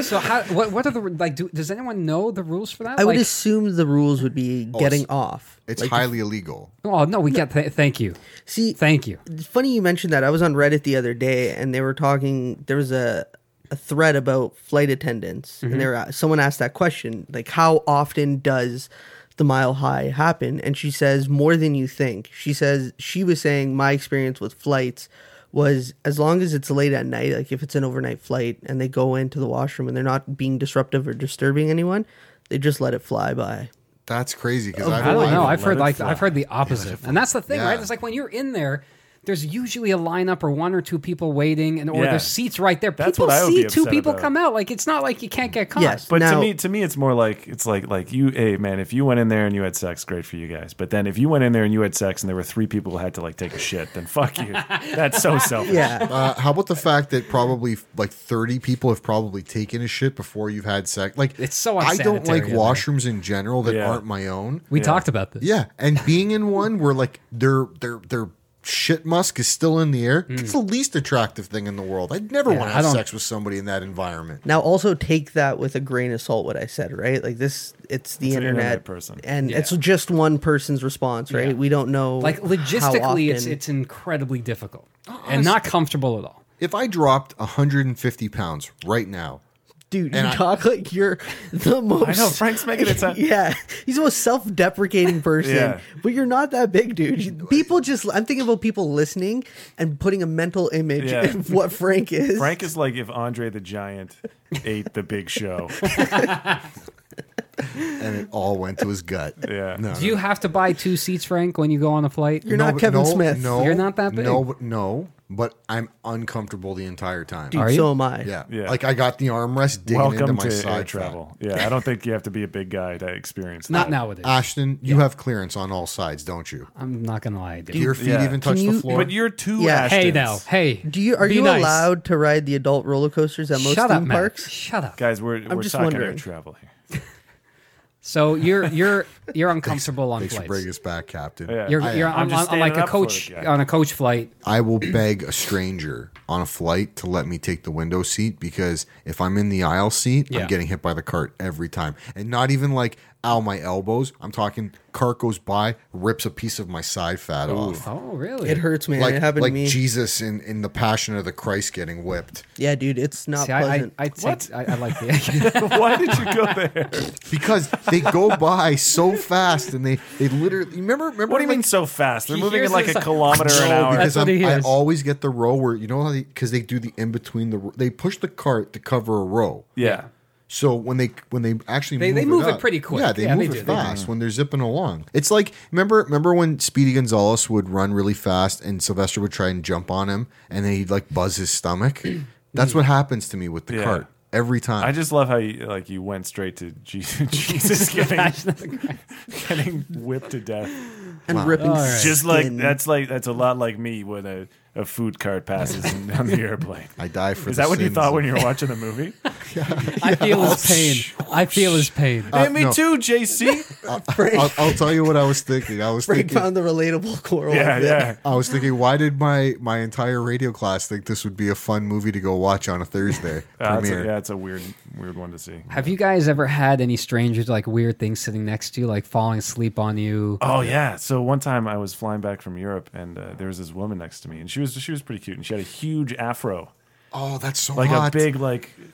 So, how, what, what are the like? Do, does anyone know the rules for that? I would Like- assume the rules would be getting off. Oh, It's Like, highly illegal. Oh no, we get. Th- thank you, See, thank you. it's funny you mentioned that. I was on Reddit the other day, and they were talking. There was a a thread about flight attendants, and there someone asked that question, like how often does the mile high happen? And she says more than you think. She says she was saying my experience with flights was as long as it's late at night, like if it's an overnight flight, and they go into the washroom and they're not being disruptive or disturbing anyone, they just let it fly by. That's crazy because I don't know. Oh, I've Let heard it like fly. I've heard the opposite, and that's the thing, Yeah. right? It's like when you're in there, there's usually a lineup or one or two people waiting, and or Yeah. there's seats right there. That's people what I would see be two upset people about. come out. Like it's not like you can't get caught. Yes, but Now- to me, to me, it's more like it's like like you, hey man, if you went in there and you had sex, great for you guys. But then if you went in there and you had sex and there were three people who had to like take a shit, then fuck you. That's [LAUGHS] so selfish. [LAUGHS] Yeah. Uh, how about the fact that probably like 30 people have probably taken a shit before you've had sex? Like It's so I don't unsanitary like in there. washrooms in general that Yeah. aren't my own. we talked about this. Yeah, and being in one where like their their their shit musk is still in the air, it's the least attractive thing in the world. I'd never want Hmm. I to have don't- sex with somebody in that environment. Now, also take that with a grain of salt. What I said, right? Like this, it's the It's an internet, internet person. and it's just one person's response, right? We don't know, Like how logistically, it's often- Oh, it's incredibly difficult and not comfortable at all. If I dropped 150 pounds right now, dude. You and I- talk like you're the most. I know Frank's making it sound. [LAUGHS] Yeah, he's the most self-deprecating person, Yeah. but you're not that big, dude. You- People just—I'm thinking about people listening and putting a mental image Yeah. of what Frank is. Frank is like if Andre the Giant ate the Big [LAUGHS] Show. and it all went to his gut. Yeah. No. Do you have to buy two seats, Frank, when you go on a flight? You're not but- Kevin Smith. No, You're not that big. No, but- no, but I'm uncomfortable the entire time. dude, Are you? so am I. Yeah. Yeah. like I got the armrest digging into Welcome my to side air fat. travel. Yeah, I don't think you have to be a big guy to experience not that. nowadays. Ashton, you have clearance on all sides, don't you? I'm not gonna lie, dude. Do your feet yeah. even touch Can the you- floor? But you're two Yeah. Ashtons. hey now, hey. Do you? Are be you nice. allowed to ride the adult roller coasters at most Shut up, theme Matt. parks? Shut up. guys, we're we're just talking air wondering. travel here. [LAUGHS] So you're [LAUGHS] you're you're uncomfortable on Thanks for flights. bringing us back, Captain. Yeah. You're, I you're am. I'm on, just on- on like standing a up for coach the guy. on a coach flight. I will beg a stranger on a flight to let me take the window seat because if I'm in the aisle seat, Yeah. I'm getting hit by the cart every time. And not even like, ow, my elbows. I'm talking cart goes by, rips a piece of my side fat off. Oh, really? It hurts, man. it Like, happened like to me. Jesus in, in the Passion of the Christ getting whipped. Yeah, dude, it's not See, I, I, pleasant. I, take, I, I like the [LAUGHS] idea. Why did you go there? Because they go [LAUGHS] by so fast and they, they literally remember remember What do you like, mean so fast? They're He moving at hears like this, a like, kilometer an No, hour. because That's what I'm, he I hears. always get the row where you know how because they, do the in between the they push the cart to cover a row. Yeah. So when they when they actually They- move they move it up- pretty quick. Yeah, they Yeah, they move do, it they do. fast when they're zipping along. It's like remember remember when Speedy Gonzalez would run really fast and Sylvester would try and jump on him and then he'd like buzz his stomach. [CLEARS THROAT] That's what happens to me with the Yeah. cart every time. I just love how you like you went straight to Jesus, [LAUGHS] Jesus getting, [LAUGHS] getting whipped to death. and ripping All right. Just like skin. that's like that's a lot like me when a, a food cart passes [LAUGHS] in- on the airplane. I Uh, die for. Is the that what you sins thought of- when you were watching the [LAUGHS] movie? I feel his pain. I feel his pain. hey, me no. too, [LAUGHS] JC. I'll, I'll tell you what I was thinking. I was Frank thinking. found the relatable coral. yeah, outfit. yeah. I was thinking, why did my my entire radio class think this would be a fun movie to go watch on a Thursday Uh, [LAUGHS] that's a, premiere? yeah, it's a weird, weird one to see. Have you guys ever had any strangers like weird things sitting next to you, like falling asleep on you? Oh yeah. So one time I was flying back from Europe, and uh, there was this woman next to me, and she was she was pretty cute, and she had a huge afro, Oh, that's so like hot. a big like. uh,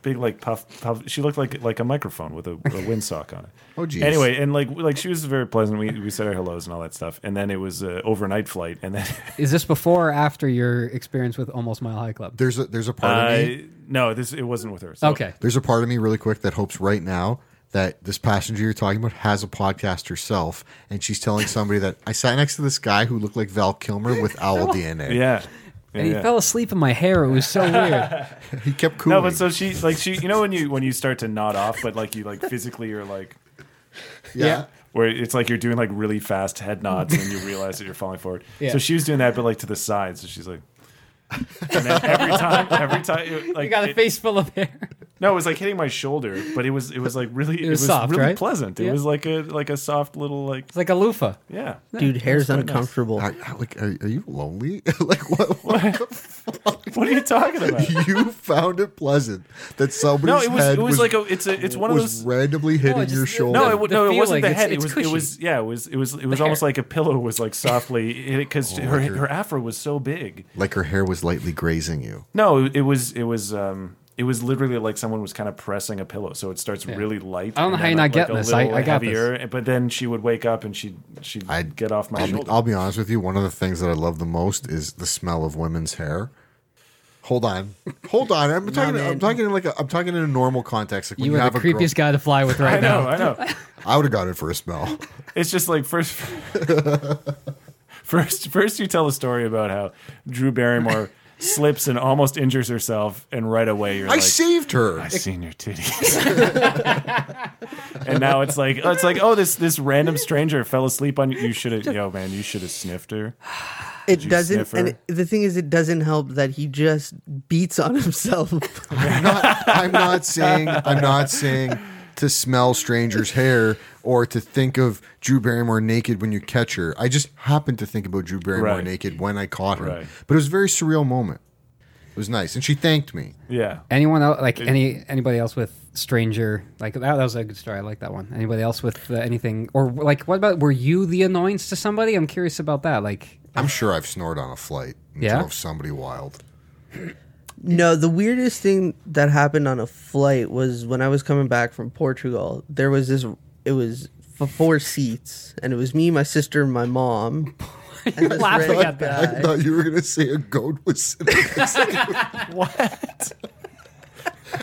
Big like puff, puff. She looked like like a microphone with a, [LAUGHS] a windsock on it. Oh, geez. Anyway, and like like she was very pleasant. We we said our hellos and all that stuff, and then it was uh, overnight flight, and then [LAUGHS] Is this before or after your experience with Almost Mile High Club? There's a there's a part of me. uh, no, this it wasn't with her. So Okay. There's a part of me really quick that hopes right now that this passenger you're talking about has a podcast herself, and she's telling somebody that I sat next to this guy who looked like Val Kilmer with owl [LAUGHS] DNA. Yeah. Yeah, And he yeah. fell asleep in my hair. It was so weird. He kept cool. No, but so she like she you know when you when you start to nod off, but like you like physically you're like yeah. where it's like you're doing like really fast head nods and you realize that you're falling forward. [LAUGHS] Yeah. So she was doing that, but like to the side. So she's like, and then every time, every time, it, like You got a it- face full of hair. no, it was like hitting my shoulder, but it was it was like really it, was was, soft, really right? pleasant. It Yeah. was like a like a soft little like It's like a loofah. yeah. Dude, hair's uncomfortable. Ah, I, I- like, are, are you lonely? [LAUGHS] like, what? what the fuck? What are you talking [LAUGHS] about? you found it pleasant that No, somebody's it was head it was, was like a it's a it's one of was those. randomly hitting just- your shoulder. No, it, w- the no, it wasn't feeling, the it's- head. it's it was, it was, yeah, it was, it was, it was The almost hair. like a pillow was like softly because her Oh, your- her afro was so big. like her hair was lightly grazing you. No, it was it was um it was literally like someone was kind of pressing a pillow, so it starts really light. I don't and know how then, you're not like, getting a this. I- little I got But then she would wake up and she would she'd I'd- get off my I'll be, shoulder. I'll be honest with you. One of the things that I love the most is the smell of women's hair. Hold on, hold on. [LAUGHS] I'm talking. I'm talking in like a, I'm talking in a normal context. Like when You you, were have the a girl, creepiest guy to fly with I right know, now. I know. I would have got it for a smell. It's just like first, [LAUGHS] first, first you tell a story about how Drew Barrymore slips and almost injures herself, and right away you're I like, saved her. I've seen your titties. [LAUGHS] and now it's like it's like oh this this random stranger fell asleep on you. You should have yo man you should have sniffed her. it you doesn't. sniff And her? it- the thing is, it doesn't help that he just beats on [LAUGHS] himself. I'm not, I'm not saying. I'm not saying to smell strangers' hair or to think of Drew Barrymore naked when you catch her. I just happened to think about Drew Barrymore Right. naked when I caught her. Right. But it was a very surreal moment. It was nice, and she thanked me. Yeah. Anyone else, like any anybody else with stranger like that, that was a good story. I like that one. Anybody else with uh, anything or like what about were you the annoyance to somebody? I'm curious about that. Like I'm sure I've snored on a flight and Yeah? drove somebody wild. no, the weirdest thing that happened on a flight was when I was coming back from Portugal. There was this. It was f- four seats, and it was me, my sister, and [LAUGHS] my mom. and this laughing random at I that? guy. thought you were gonna say a goat was sitting. next to me. [LAUGHS]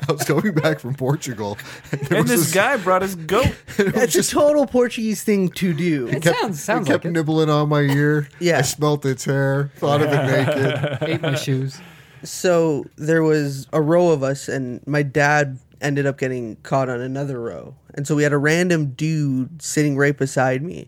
I was coming back from Portugal, and, there And was this guy brought his goat. [LAUGHS] That's a total Portuguese thing to do. It sounds I sounds kept like it. nibbling on my [LAUGHS] ear. Yeah. I smelt its hair. Thought of [LAUGHS] it [LAUGHS] naked. Ate my shoes. so there was a row of us and my dad ended up getting caught on another row and so we had a random dude sitting right beside me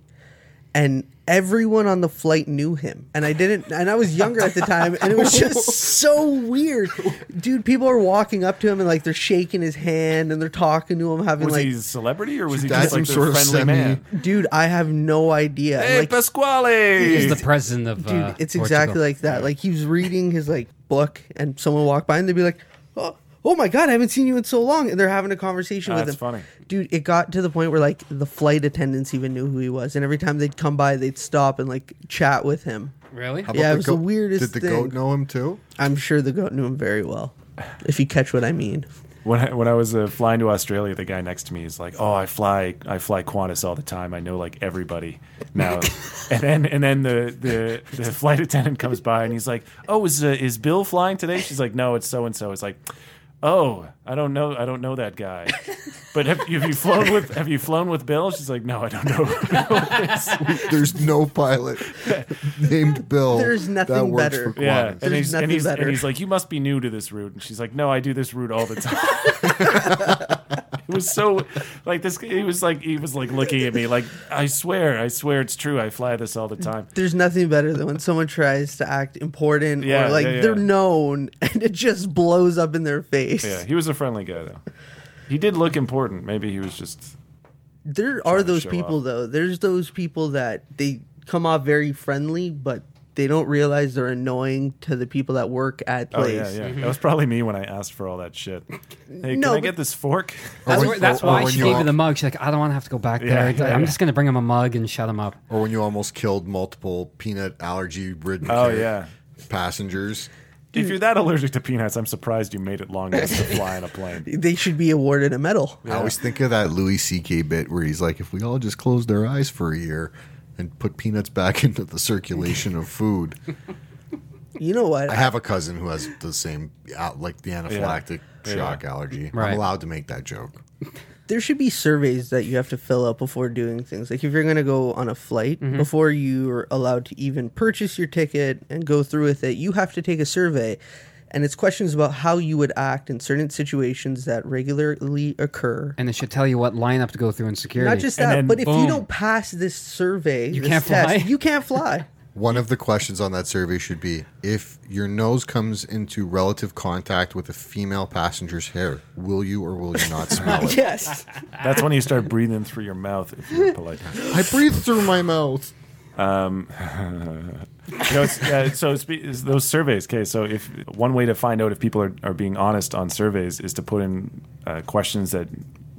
and everyone on the flight knew him and i didn't and i was younger at the time and it was [LAUGHS] just so weird dude people are walking up to him and like they're shaking his hand and they're talking to him having Was like he a celebrity or was he That's just like the some sort of friendly semi- man? dude i have no idea Hey like He's Pasquale. the president of. dude, uh, it's Portugal. exactly like that. Like he was reading his like book, and someone walked by, and they'd be like, "Oh, oh my god, I haven't seen you in so long," and they're having a conversation Oh, with that's him. funny. dude. It got to the point where like the flight attendants even knew who he was, and every time they'd come by, they'd stop and like chat with him. Really? How about Yeah, it was the weirdest Did the thing. goat know him too? I'm sure the goat knew him very well, if you catch what I mean. When I, when I was uh, flying to Australia, the guy next to me is like, "Oh, I fly I fly Qantas all the time. I know like everybody [LAUGHS] now." and then and then the, the the flight attendant comes by and he's like, "Oh, is uh, is Bill flying today?" She's like, "No, it's so and so." It's like, "Oh, I don't know. I don't know that guy." But have, have you flown with Have you flown with Bill? She's like, "No, I don't know." There's no [LAUGHS] pilot named Bill. There's nothing better. for yeah, Qantas. and There's he's, nothing and, he's, better. and he's like, "You must be new to this route." And she's like, "No, I do this route all the time." [LAUGHS] It was so like this. He was like he was like looking at me like I swear, I swear it's true. I fly this all the time. There's nothing better than when someone tries to act important Yeah, or like yeah, yeah. they're known [LAUGHS] and it just blows up in their face. Yeah, he was a friendly guy though. He did look important. Maybe he was just There are to those show people off. though. There's those people that they come off very friendly, but they don't realize they're annoying to the people that work at Oh place. yeah, yeah. That was probably me when I asked for all that shit. Hey, Mm-hmm. can I No, but- Oh, get this fork? [LAUGHS] That's, when- where, that's or why when she you gave all- me the mug. She's like, I don't want to have to go back Yeah, there. yeah, I'm yeah. just going to bring him a mug and shut him up. Or when you almost killed multiple peanut allergy ridden Oh yeah. passengers. If you're that allergic to peanuts, I'm surprised you made it long enough to fly in a [LAUGHS] plane. They should be awarded a medal. I always think of that Louis C.K. bit where he's like, if we all just closed our eyes for a year and put peanuts back [LAUGHS] into the circulation of food. You know what? I have a cousin who has the same, uh, like the anaphylactic shock allergy. Right. I'm allowed to make that joke. there should be surveys that you have to fill out before doing things. Like if you're going to go on a flight, Mm-hmm. before you're allowed to even purchase your ticket and go through with it, you have to take a survey. And it's questions about how you would act in certain situations that regularly occur. And it should tell you what lineup to go through in security. Not just And that, then but if boom. you don't pass this survey, you can't fly? You [LAUGHS] can't fly. One of the questions on that survey should be if your nose comes into relative contact with a female passenger's hair, will you or will you not Oh, [LAUGHS] smell it? yes. That's when you start breathing through your mouth if you're polite. I breathe through my mouth. You know, it's, uh, so spe- is those surveys, okay. So if one way to find out if people are, are being honest on surveys is to put in uh, questions that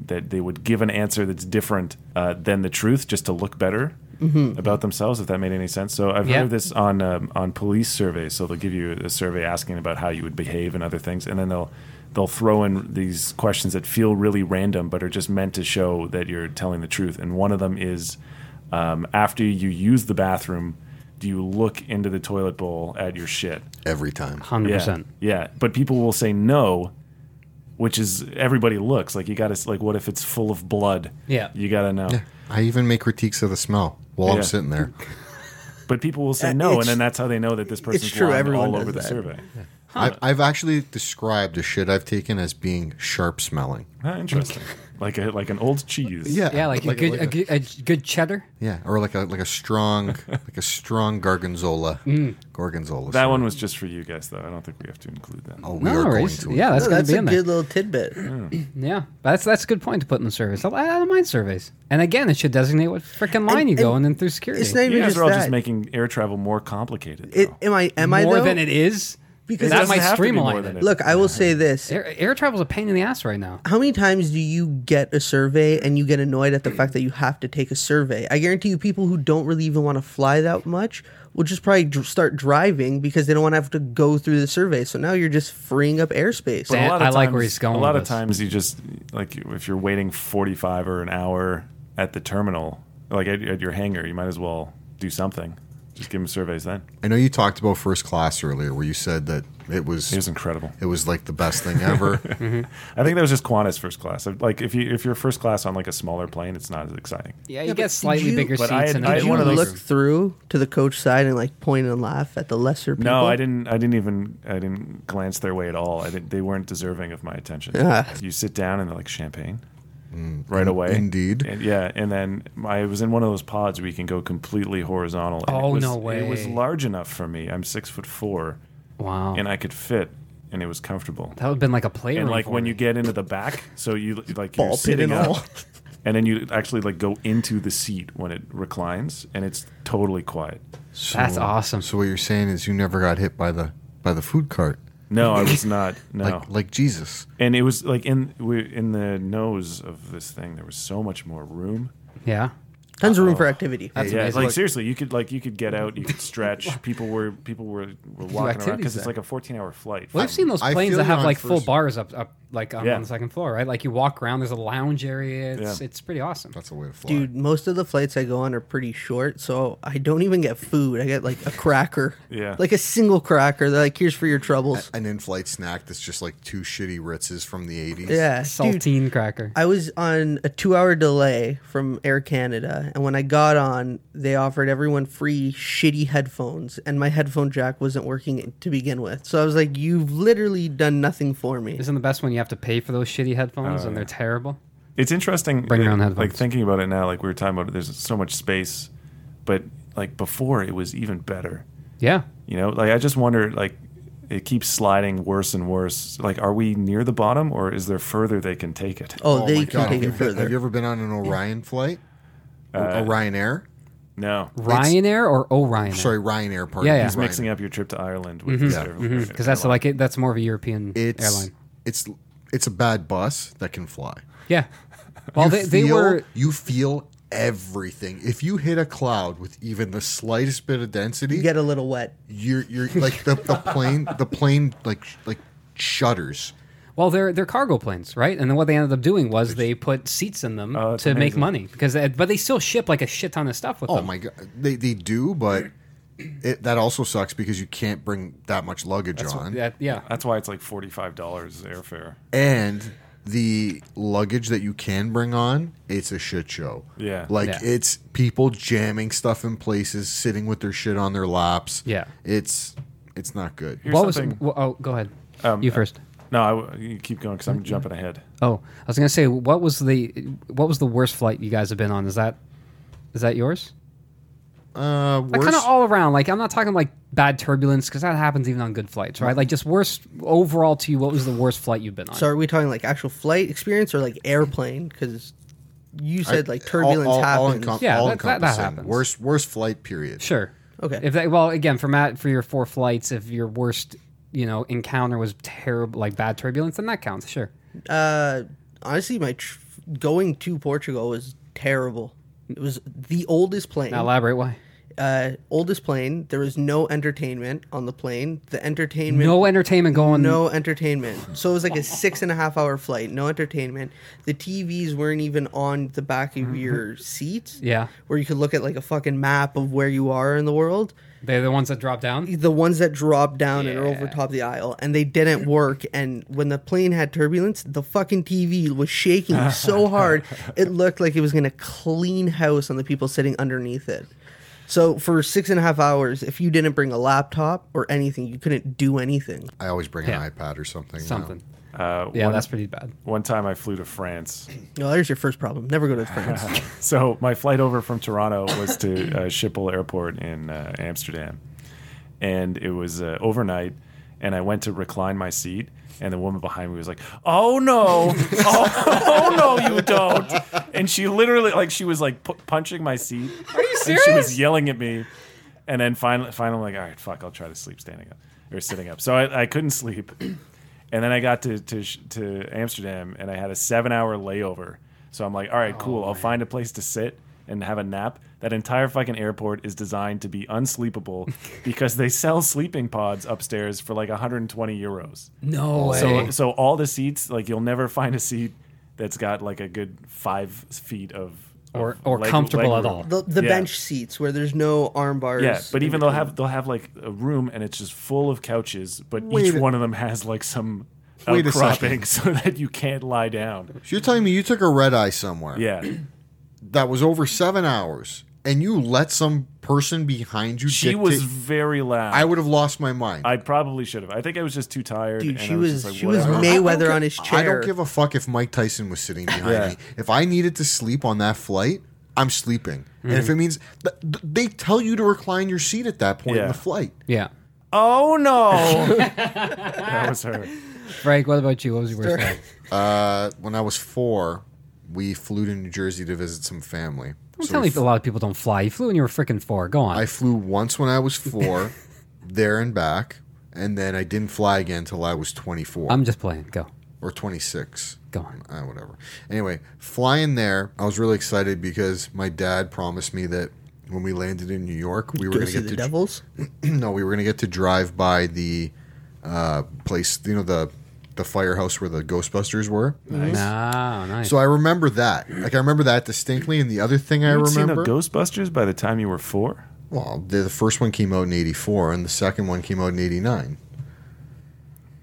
that they would give an answer that's different uh, than the truth, just to look better about themselves. If that made any sense. So I've Yeah. heard of this on um, on police surveys. So they'll give you a survey asking about how you would behave and other things, and then they'll they'll throw in these questions that feel really random but are just meant to show that you're telling the truth. And one of them is um, after you use the bathroom, do you look into the toilet bowl at your shit? Every time. 100%. Yeah, yeah. But people will say no, which is everybody looks like you got to like. What if it's full of blood? Yeah. you got to know. I even make critiques of the smell while Yeah. I'm sitting there. But people will say Uh, no, it's- and then that's how they know that this person's true, lying everyone all does over the that. survey. I, I've actually described the shit I've taken as being sharp smelling. Ah, interesting. like a like an old cheese. Yeah, like, a, good, a, good, a good cheddar. yeah, or like a like a [LAUGHS] strong like a strong gorgonzola. Mm. Gorgonzola. That sorry. one was just for you guys, though. I don't think we have to include that. Oh, we No are going worries. to. Yeah, that's No, going that's to be a in there. Oh. good little tidbit. Yeah, but that's that's a good point to put in the surveys. I, I don't mind surveys. And again, it should designate what freaking line you go and and then through security. It's not even You guys just are all that. just making air travel more complicated. it, though. am I? Am I more though? than it is. Because It that doesn't might have to be more streamline than it. it is. Look, I will say this: Air, air travel's a pain in the ass right now. how many times do you get a survey and you get annoyed at the fact that you have to take a survey? I guarantee you, people who don't really even want to fly that much will just probably dr- start driving because they don't want to have to go through the survey. So now you're just freeing up airspace. But- a lot I of like where times- he's going A lot of with this. times you just like if you're waiting 45 or an hour at the terminal, like at, at your hangar, you might as well do something. Just give them surveys then. I know you talked about first class earlier, where you said that it was It was incredible. it was like the best thing ever. I think that was just Qantas first class. Like if you if you're first class on like a smaller plane, it's not as exciting. Yeah, you but get did slightly you- bigger But seats. I had- and I Did had you one of those- look through to the coach side and like point and laugh at the lesser people? No, I didn't. I didn't even. I didn't glance their way at all. I didn't, they weren't deserving of my attention. Ah. You sit down and they're like champagne, [LAUGHS] right away. indeed. And, yeah, and then I was in one of those pods where you can go completely horizontal. and Oh, it was, no It was way. large enough for me. I'm six foot four, Wow, and I could fit, and it was comfortable. that would have been like a playroom. and like for when me. you get into the back, so you like you're Ball pit sitting and up, all. [LAUGHS] and then you actually like go into the seat when it reclines, and it's totally quiet. that's awesome. so what you're saying is you never got hit by the by the food cart, No, I was not. No, like like Jesus. and it was like in we in the nose of this thing there was so much more room Yeah, Tons of room for activity. that's yeah amazing. like seriously you could like you could get out you could [LAUGHS] stretch people were people were, were walking around activities because it's there. like a 14 hour flight I've seen those I planes feel that you have on like full first- bars up, up like um, Yeah. on the second floor, right? Like you walk around, there's a lounge area. It's Yeah. it's pretty awesome. That's a way to fly. Dude, most of the flights I go on are pretty short, so I don't even get food. I get like a cracker. Yeah. Like a single cracker. They're like, here's for your troubles. An in-flight snack that's just like two shitty Ritzes from the '80s. yeah. Dude, Saltine cracker. I was on a two hour delay from Air Canada, and when I got on, they offered everyone free shitty headphones, and my headphone jack wasn't working to begin with. So I was like, you've literally done nothing for me. Oh, Isn't the best when you have to pay for those shitty headphones and they're terrible? It's interesting. Bring your own Like headphones. thinking about it now, like we were talking about, it, there's so much space, but like before, it was even better. Yeah. You know, like I just wonder, like it keeps sliding worse and worse. Like, are we near the bottom, or is there further they can take it? Oh, they my can God. take Have you it been- Have you further. ever been on an Orion flight? Uh, Orion Air? No, Ryanair or Orion? Sorry, Ryanair. Pardon. Yeah, yeah. he's Ryanair. mixing up your trip to Ireland Mm-hmm. with this air- Because that's like it, that's more of a European It's airline. it's it's a bad bus that can fly. [LAUGHS] Yeah. You Well, Oh, they, they feel- were. You feel everything. If you hit a cloud with even the slightest bit of density, You get a little wet. you're you're like the, [LAUGHS] the plane. The plane like sh- like shudders. Well, they're they're cargo planes, right? And then what they ended up doing was they put seats in them Oh, that's to make amazing. money because, they, but they still ship like a shit ton of stuff with Oh them. my god, they they do, but it, that also sucks because you can't bring that much luggage on, That- yeah. Uh, That's why it's like forty five dollars airfare. and the luggage that you can bring on, it's a shit show. Yeah. like Yeah. it's people jamming stuff in places, sitting with their shit on their laps. Yeah. it's it's not good. Here's What was? something- Well, oh, go ahead. Um, you first. No, I w you keep going because I'm jumping ahead. Oh, I was gonna say, what was the what was the worst flight you guys have been on? Is that is that yours? Uh, Like worst, kind of all around. Like I'm not talking like bad turbulence because that happens even on good flights, right? Like just worst overall to you. What was the worst flight you've been on? So are we talking like actual flight experience or like airplane? Because you I- said like turbulence all, all, all happens. encom- Yeah, all that- that- that encompassing. happens. Worst worst flight period. Sure. Okay. If that, well, again, for Matt, for your four flights, if your worst, you know, encounter was terrible, like bad turbulence, then that counts. Sure. Uh, honestly, my tr- going to Portugal was terrible. It was the oldest plane. Now elaborate why. Uh, oldest plane. There was no entertainment on the plane. The entertainment. No entertainment going. No entertainment. So it was like a six and a half hour flight. No entertainment. The TVs weren't even on the back of your seats. Mm-hmm. Yeah. Where you could look at like a fucking map of where you are in the world. They're the ones that drop down. The ones that drop down and are Yeah. over top the aisle, and they didn't work. And when the plane had turbulence, the fucking TV was shaking [LAUGHS] so hard it looked like it was gonna clean house on the people sitting underneath it. So for six and a half hours, if you didn't bring a laptop or anything, you couldn't do anything. I always bring Yeah. an iPad or something. now. Something. Uh, Yeah, one- that's pretty bad. One time I flew to France. [COUGHS] No, there's your first problem. Never go to [LAUGHS] France. [LAUGHS] So my flight over from Toronto was to uh, Schiphol Airport in uh, Amsterdam, and it was uh, overnight. And I went to recline my seat, and the woman behind me was like, "Oh no, [LAUGHS] oh, oh, no, you don't!" And she literally, like, she was like pu- punching my seat. Are you serious? she was yelling at me, and then finally, finally, like, all right, fuck, I'll try to sleep standing up or sitting up. So I, I couldn't sleep. [CLEARS THROAT] And then I got to, to sh- to Amsterdam and I had a seven hour layover. So I'm like, all right, cool. I'll find a place to sit and have a nap. That entire fucking airport is designed to be [LAUGHS] unsleepable because they sell sleeping pods upstairs for like 120 euros. No way. So so all the seats, like you'll never find a seat that's got like a good five feet of Or- of or comfortable at room. all. the the Yeah. bench seats where there's no arm bars. Yeah, but in even they'll between. have they'll have like a room and it's just full of couches, but Wait each a- one of them has like some Wait a outcropping [LAUGHS] so that you can't lie down. So you're telling me you took a red eye somewhere? Yeah, that was over seven hours and you let some person behind you she dictate- was very loud. i I would have lost my mind I, probably should have. I think I was just too tired. Dude, and she I was, just like, she was whatever. Mayweather on his chair. don't give a fuck if mike tyson was sitting behind Yeah. me if i needed to sleep on that flight i'm sleeping and Mhm. if it means th- th- they tell you to recline your seat at that point in Yeah. the flight yeah. oh no, that was her. Frank, what about you? What was your [LAUGHS] worst flight? uh, when i was four we flew to new jersey to visit some family So we I'm telling you, a lot of people don't fly. You flew when you were freaking four. Go on. I flew once when I was [LAUGHS] four, there and back, and then I didn't fly again until I was 24 I'm just playing. Go. or 26. Go on. Uh, whatever. Anyway, flying there, I was really excited because my dad promised me that when we landed in New York, we were Go going to see get to the Devils. [CLEARS THROAT] no, we were going to get to drive by the uh, place, you know, the the firehouse where the Ghostbusters were. No, nice. So I remember that. Like I remember that distinctly. And the other thing I You had seen the remember, Ghostbusters by the time you were four. well, the, the first one came out in '84, and the second one came out in '89.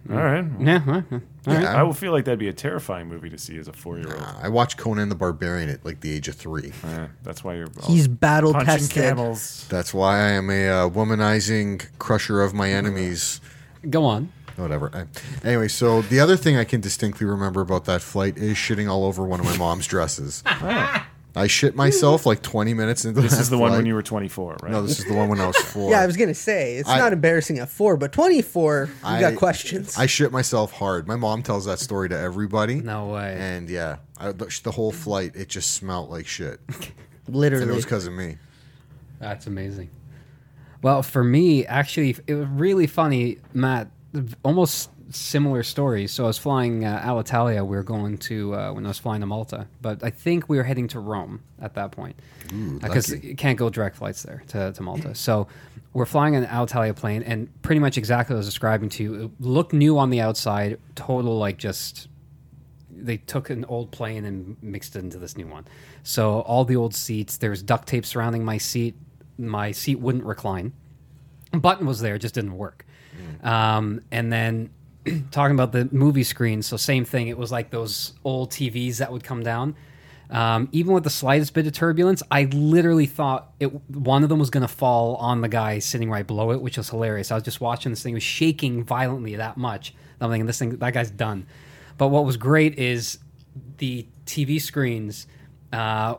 All right, yeah. huh, huh. I Um, will feel like that'd be a terrifying movie to see as a four-year-old. Uh, I watched Conan the Barbarian at like the age of three. Yeah, that's why you're all He's battle punching tested. camels. That's why I am a uh, womanizing crusher of my enemies. Go on. Whatever. I- Anyway, so the other thing I can distinctly remember about that flight is shitting all over one of my mom's [LAUGHS] dresses. Oh. I shit myself like 20 minutes into This that is the one flight. when you were 24, right? No, this is the one when [LAUGHS] I was four. Yeah, I was gonna say it's I- not embarrassing at four, but twenty-four, you I- got questions. I shit myself hard. My mom tells that story to everybody. No way. And yeah, I, the the whole flight, it just smelled like shit. And it Literally, was because of me. That's amazing. Well, for me, actually, it was really funny, Matt. Almost similar stories. So I was flying uh, Alitalia. We were going to uh, when I was flying to Malta, but I think we were heading to Rome at that point because lucky. you can't go direct flights there to, to Malta. So we're flying an Alitalia plane, and pretty much exactly what I was describing to you. It looked new on the outside, total like just they took an old plane and mixed it into this new one. So all the old seats, there was duct tape surrounding my seat. My seat wouldn't recline. Button was there, it just didn't work. Um, and then [CLEARS THROAT] talking about the movie screen, so same thing. It was like those old TVs that would come down. Um, even with the slightest bit of turbulence, I literally thought it. One of them was going to fall on the guy sitting right below it, which was hilarious. I was just watching this thing it was shaking violently that much. I'm thinking this thing, that guy's done. But what was great is the TV screens, uh,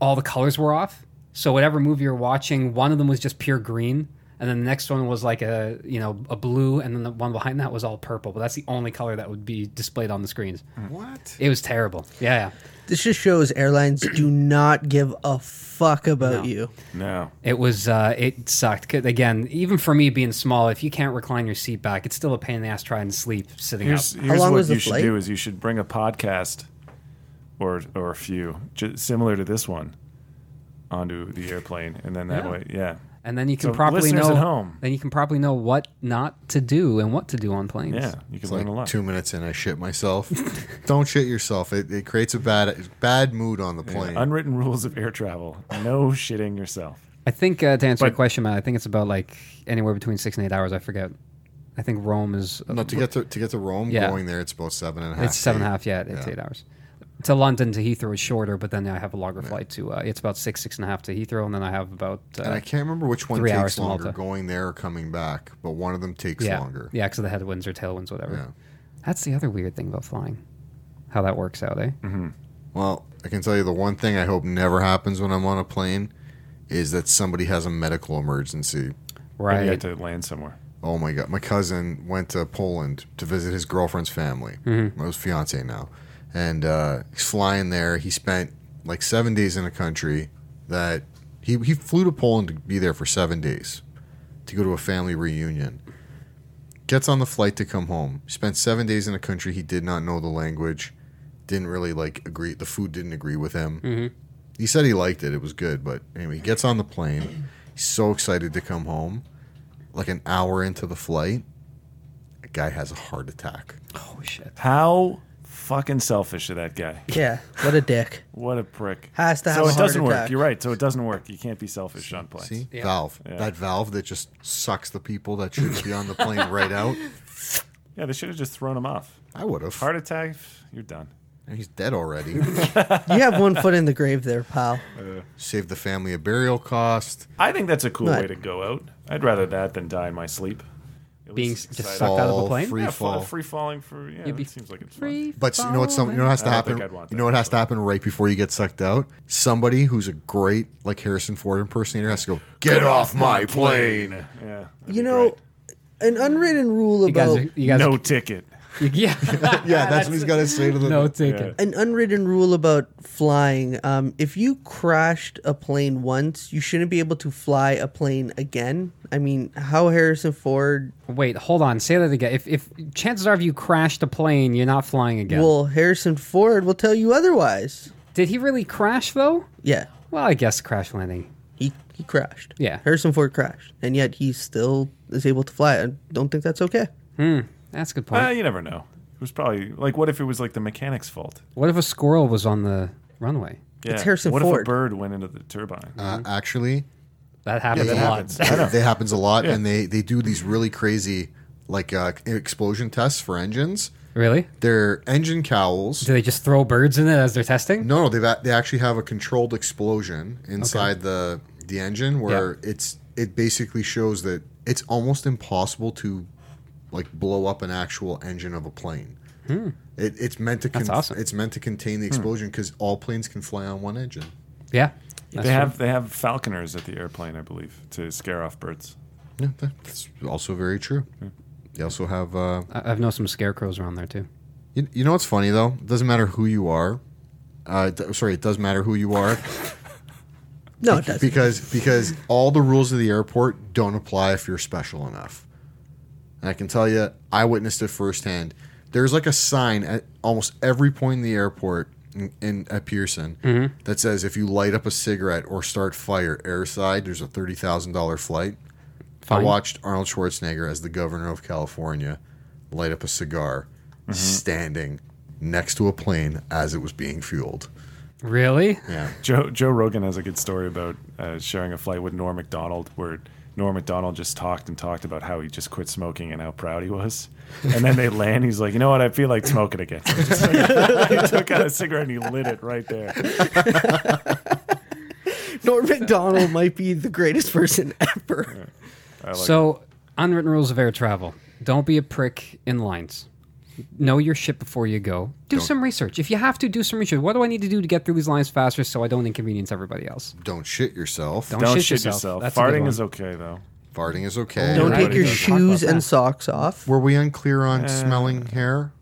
all the colors were off. So whatever movie you're watching, one of them was just pure green, and then the next one was like a you know a blue, and then the one behind that was all purple. But that's the only color that would be displayed on the screens. What? It was terrible. Yeah, yeah. this just shows airlines do not give a fuck about you. No. it was uh, it sucked. 'Cause Again, even for me being small, if you can't recline your seat back, it's still a pain in the ass trying to sleep sitting Here's, up. here's long what was the you should flight? do is you should bring a podcast or or a few j- similar to this one onto the airplane and then that Yeah. way yeah And then you can So properly listeners know. at home. Then you can properly know what not to do and what to do on planes. yeah you can It's learn a like lot two minutes in, I shit [LAUGHS] myself. Don't shit yourself. It, it creates a bad bad mood on the plane. unwritten rules of air travel no shitting yourself I think uh, to answer your But- question, Matt, I think it's about like anywhere between six and eight hours. I forget. I think Rome is no, to get to, to get to Rome, Yeah. going there, it's about seven and a half. it's seven and a eight. half. Yeah, it's eight hours. To London to Heathrow is shorter, but then I have a longer flight to. Uh, it's about six, six and a half to Heathrow, and then I have about. Uh, And I can't remember which one Three hours takes to longer, Malta. going there or coming back, but one of them takes yeah, longer. yeah, because of the headwinds or tailwinds, whatever. Yeah. That's the other weird thing about flying, how that works out, Mm. eh? Well, I can tell you the one thing I hope never happens when I'm on a plane is that somebody has a medical emergency. Maybe you Right. had to land somewhere Oh my god! My cousin went to Poland to visit his girlfriend's family. Well, his fiance now, and uh, he's flying there. He spent like seven days in a country that he he flew to Poland to be there for seven days to go to a family reunion. Gets on the flight to come home. Spent seven days in a country he did not know the language. Didn't really like agree. The food didn't agree with him. He said he liked it. It was good, but anyway, he gets on the plane. He's so excited to come home like an hour into the flight, a guy has a heart attack. Oh shit. how fucking selfish of that guy Yeah, what a dick. what a prick Has to have so a it heart doesn't work attack. you're right so it doesn't work you can't be selfish on planes See? Valve. That valve that just sucks the people that should be on the plane right out. yeah they should have just thrown him off I would have. heart attack you're done He's dead already. You have one foot in the grave there, pal. Saved the family a burial cost. I think that's a cool Right. way to go out I'd rather that than die in my sleep At Being least s- just excited. sucked out of a Fall, plane. free yeah, fall. fall. free falling for yeah. be it seems like it's Free fun. But you know what's some, you know what has to I don't happen. think I'd want You know what that, has to happen right before you get sucked out. Somebody who's a great like Harrison Ford impersonator has to go. Get off my plane. Yeah, You know, an unwritten rule You guys, about are, you guys, no ticket. are, [LAUGHS] [LAUGHS] yeah, Yeah, that's what he's got to say to the. no ticket. an unwritten rule about flying. Um, if you crashed a plane once, you shouldn't be able to fly a plane again. I mean, how Harrison Ford? Wait, hold on. Say that again. If, if chances are, if you crashed a plane, you're not flying again. Well, Harrison Ford will tell you otherwise. Did he really crash though? Yeah, Well, I guess crash landing. he he crashed. Yeah. Harrison Ford crashed, and yet he still is able to fly. I don't think that's okay. That's a good point. Uh, you never know. It was probably like, what if it was like the mechanic's fault? what if a squirrel was on the runway? Yeah. Harrison what if a Ford. bird went into the turbine? Uh, actually, That happens that a lot. happens. Yeah, that happens a lot, and they they do these really crazy like uh, explosion tests for engines. [LAUGHS] Really? They're engine cowls. Do they just throw birds in it as they're testing? No, no, they have they actually have a controlled explosion inside the the engine where it's it basically shows that it's almost impossible to like blow up an actual engine of a plane. It, it's meant to That's con- awesome. it's meant to contain the explosion because all planes can fly on one engine. Yeah. They that's true. have they have falconers at the airplane, I believe, to scare off birds. Yeah, that's also very true. They also have. Uh, I- I've known some scarecrows around there too. you, you know what's funny though? It doesn't matter who you are. Uh, d- sorry, it does matter who you are No, it doesn't. because because all the rules of the airport don't apply if you're special enough. And I can tell you, I witnessed it firsthand. There's like a sign at almost every point in the airport in, in at Pearson that says if you light up a cigarette or start fire airside, there's a thirty thousand dollar flight. I Fine. watched Arnold Schwarzenegger as the governor of California light up a cigar standing next to a plane as it was being fueled. Really? Yeah. Joe Joe Rogan has a good story about uh, sharing a flight with Norm Macdonald, where Norm Macdonald just talked and talked about how he just quit smoking and how proud he was, and then they land. He's like, you know what? I feel like smoking again. So he, just like, he took out a cigarette and he lit it right there. [LAUGHS] Norm McDonald might be the greatest person [LAUGHS] ever. I like So, unwritten rules of air travel: don't be a prick in lines. Know your shit before you go. Do some research. If you have to, do some research. What do I need to do to get through these lines faster so I don't inconvenience everybody else? Don't shit yourself. don't, shit, yourself. That's a good Farting one. Mm. is okay though. Farting is okay. Don't Nobody take your does. shoes Talk about and that. socks off. Were we unclear on smelling hair?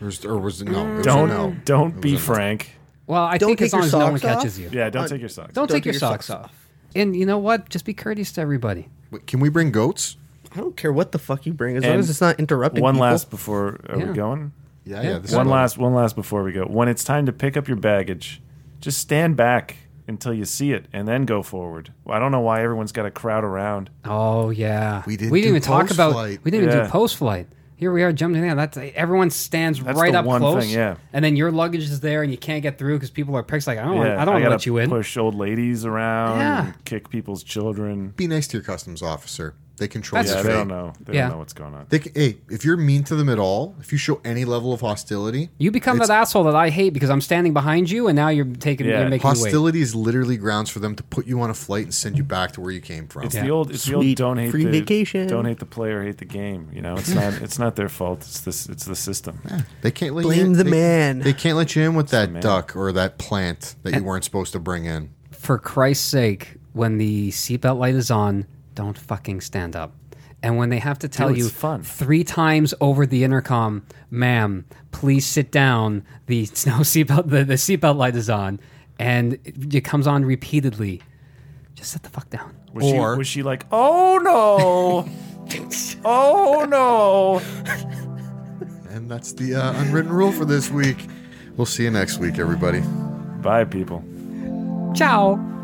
Or was, or was it no? it was a Uh, Don't no. don't be frank. Well, I Don't think take as long your as no one socks off? catches you. Yeah, don't take your socks. Uh, Don't, take, your socks, off. And you know what? Just be courteous to everybody. Wait, Can we bring goats? I don't care what the fuck you bring, as long And as it's not interrupting. One people. last before are Yeah. we going? Yeah, yeah. this one is- last one last before we go when it's time to pick up your baggage just stand back until you see it and then go forward i don't know why everyone's got to crowd around Oh yeah. We didn't we didn't do even talk about post-flight. we didn't even Yeah. do post flight. Here we are jumping in. That's everyone stands That's right the up one close. thing, yeah. And then your luggage is there and you can't get through because people are pricks like I don't want Yeah, I don't want to gotta let you in. push old ladies around Yeah. and kick people's children Be nice to your customs officer. They control That's yeah your they fate. don't know they Yeah. don't know what's going on They c hey, if you're mean to them at all, if you show any level of hostility, You become that asshole that I hate because I'm standing behind you and now you're taking Yeah. you're making me wait. hostility is literally grounds for them to put you on a flight and send you back to where you came from. it's the old it's the old Sweet don't hate free the vacation. don't hate the player hate the game you know it's [LAUGHS] not it's not their fault it's this it's the system They can't let you Blame in. the they, man. They can't let you in with that man. duck or that plant that you weren't supposed to bring in. For Christ's sake, when the seatbelt light is on, don't fucking stand up. And when they have to tell Dude, it's you fun. three times over the intercom, ma'am, please sit down. The [LAUGHS] no seatbelt the, the seatbelt light is on and it, it comes on repeatedly. Just sit the fuck down. was, she, Or- was she like oh no oh no And that's the uh, unwritten rule for this week. We'll see you next week, everybody. bye people Ciao.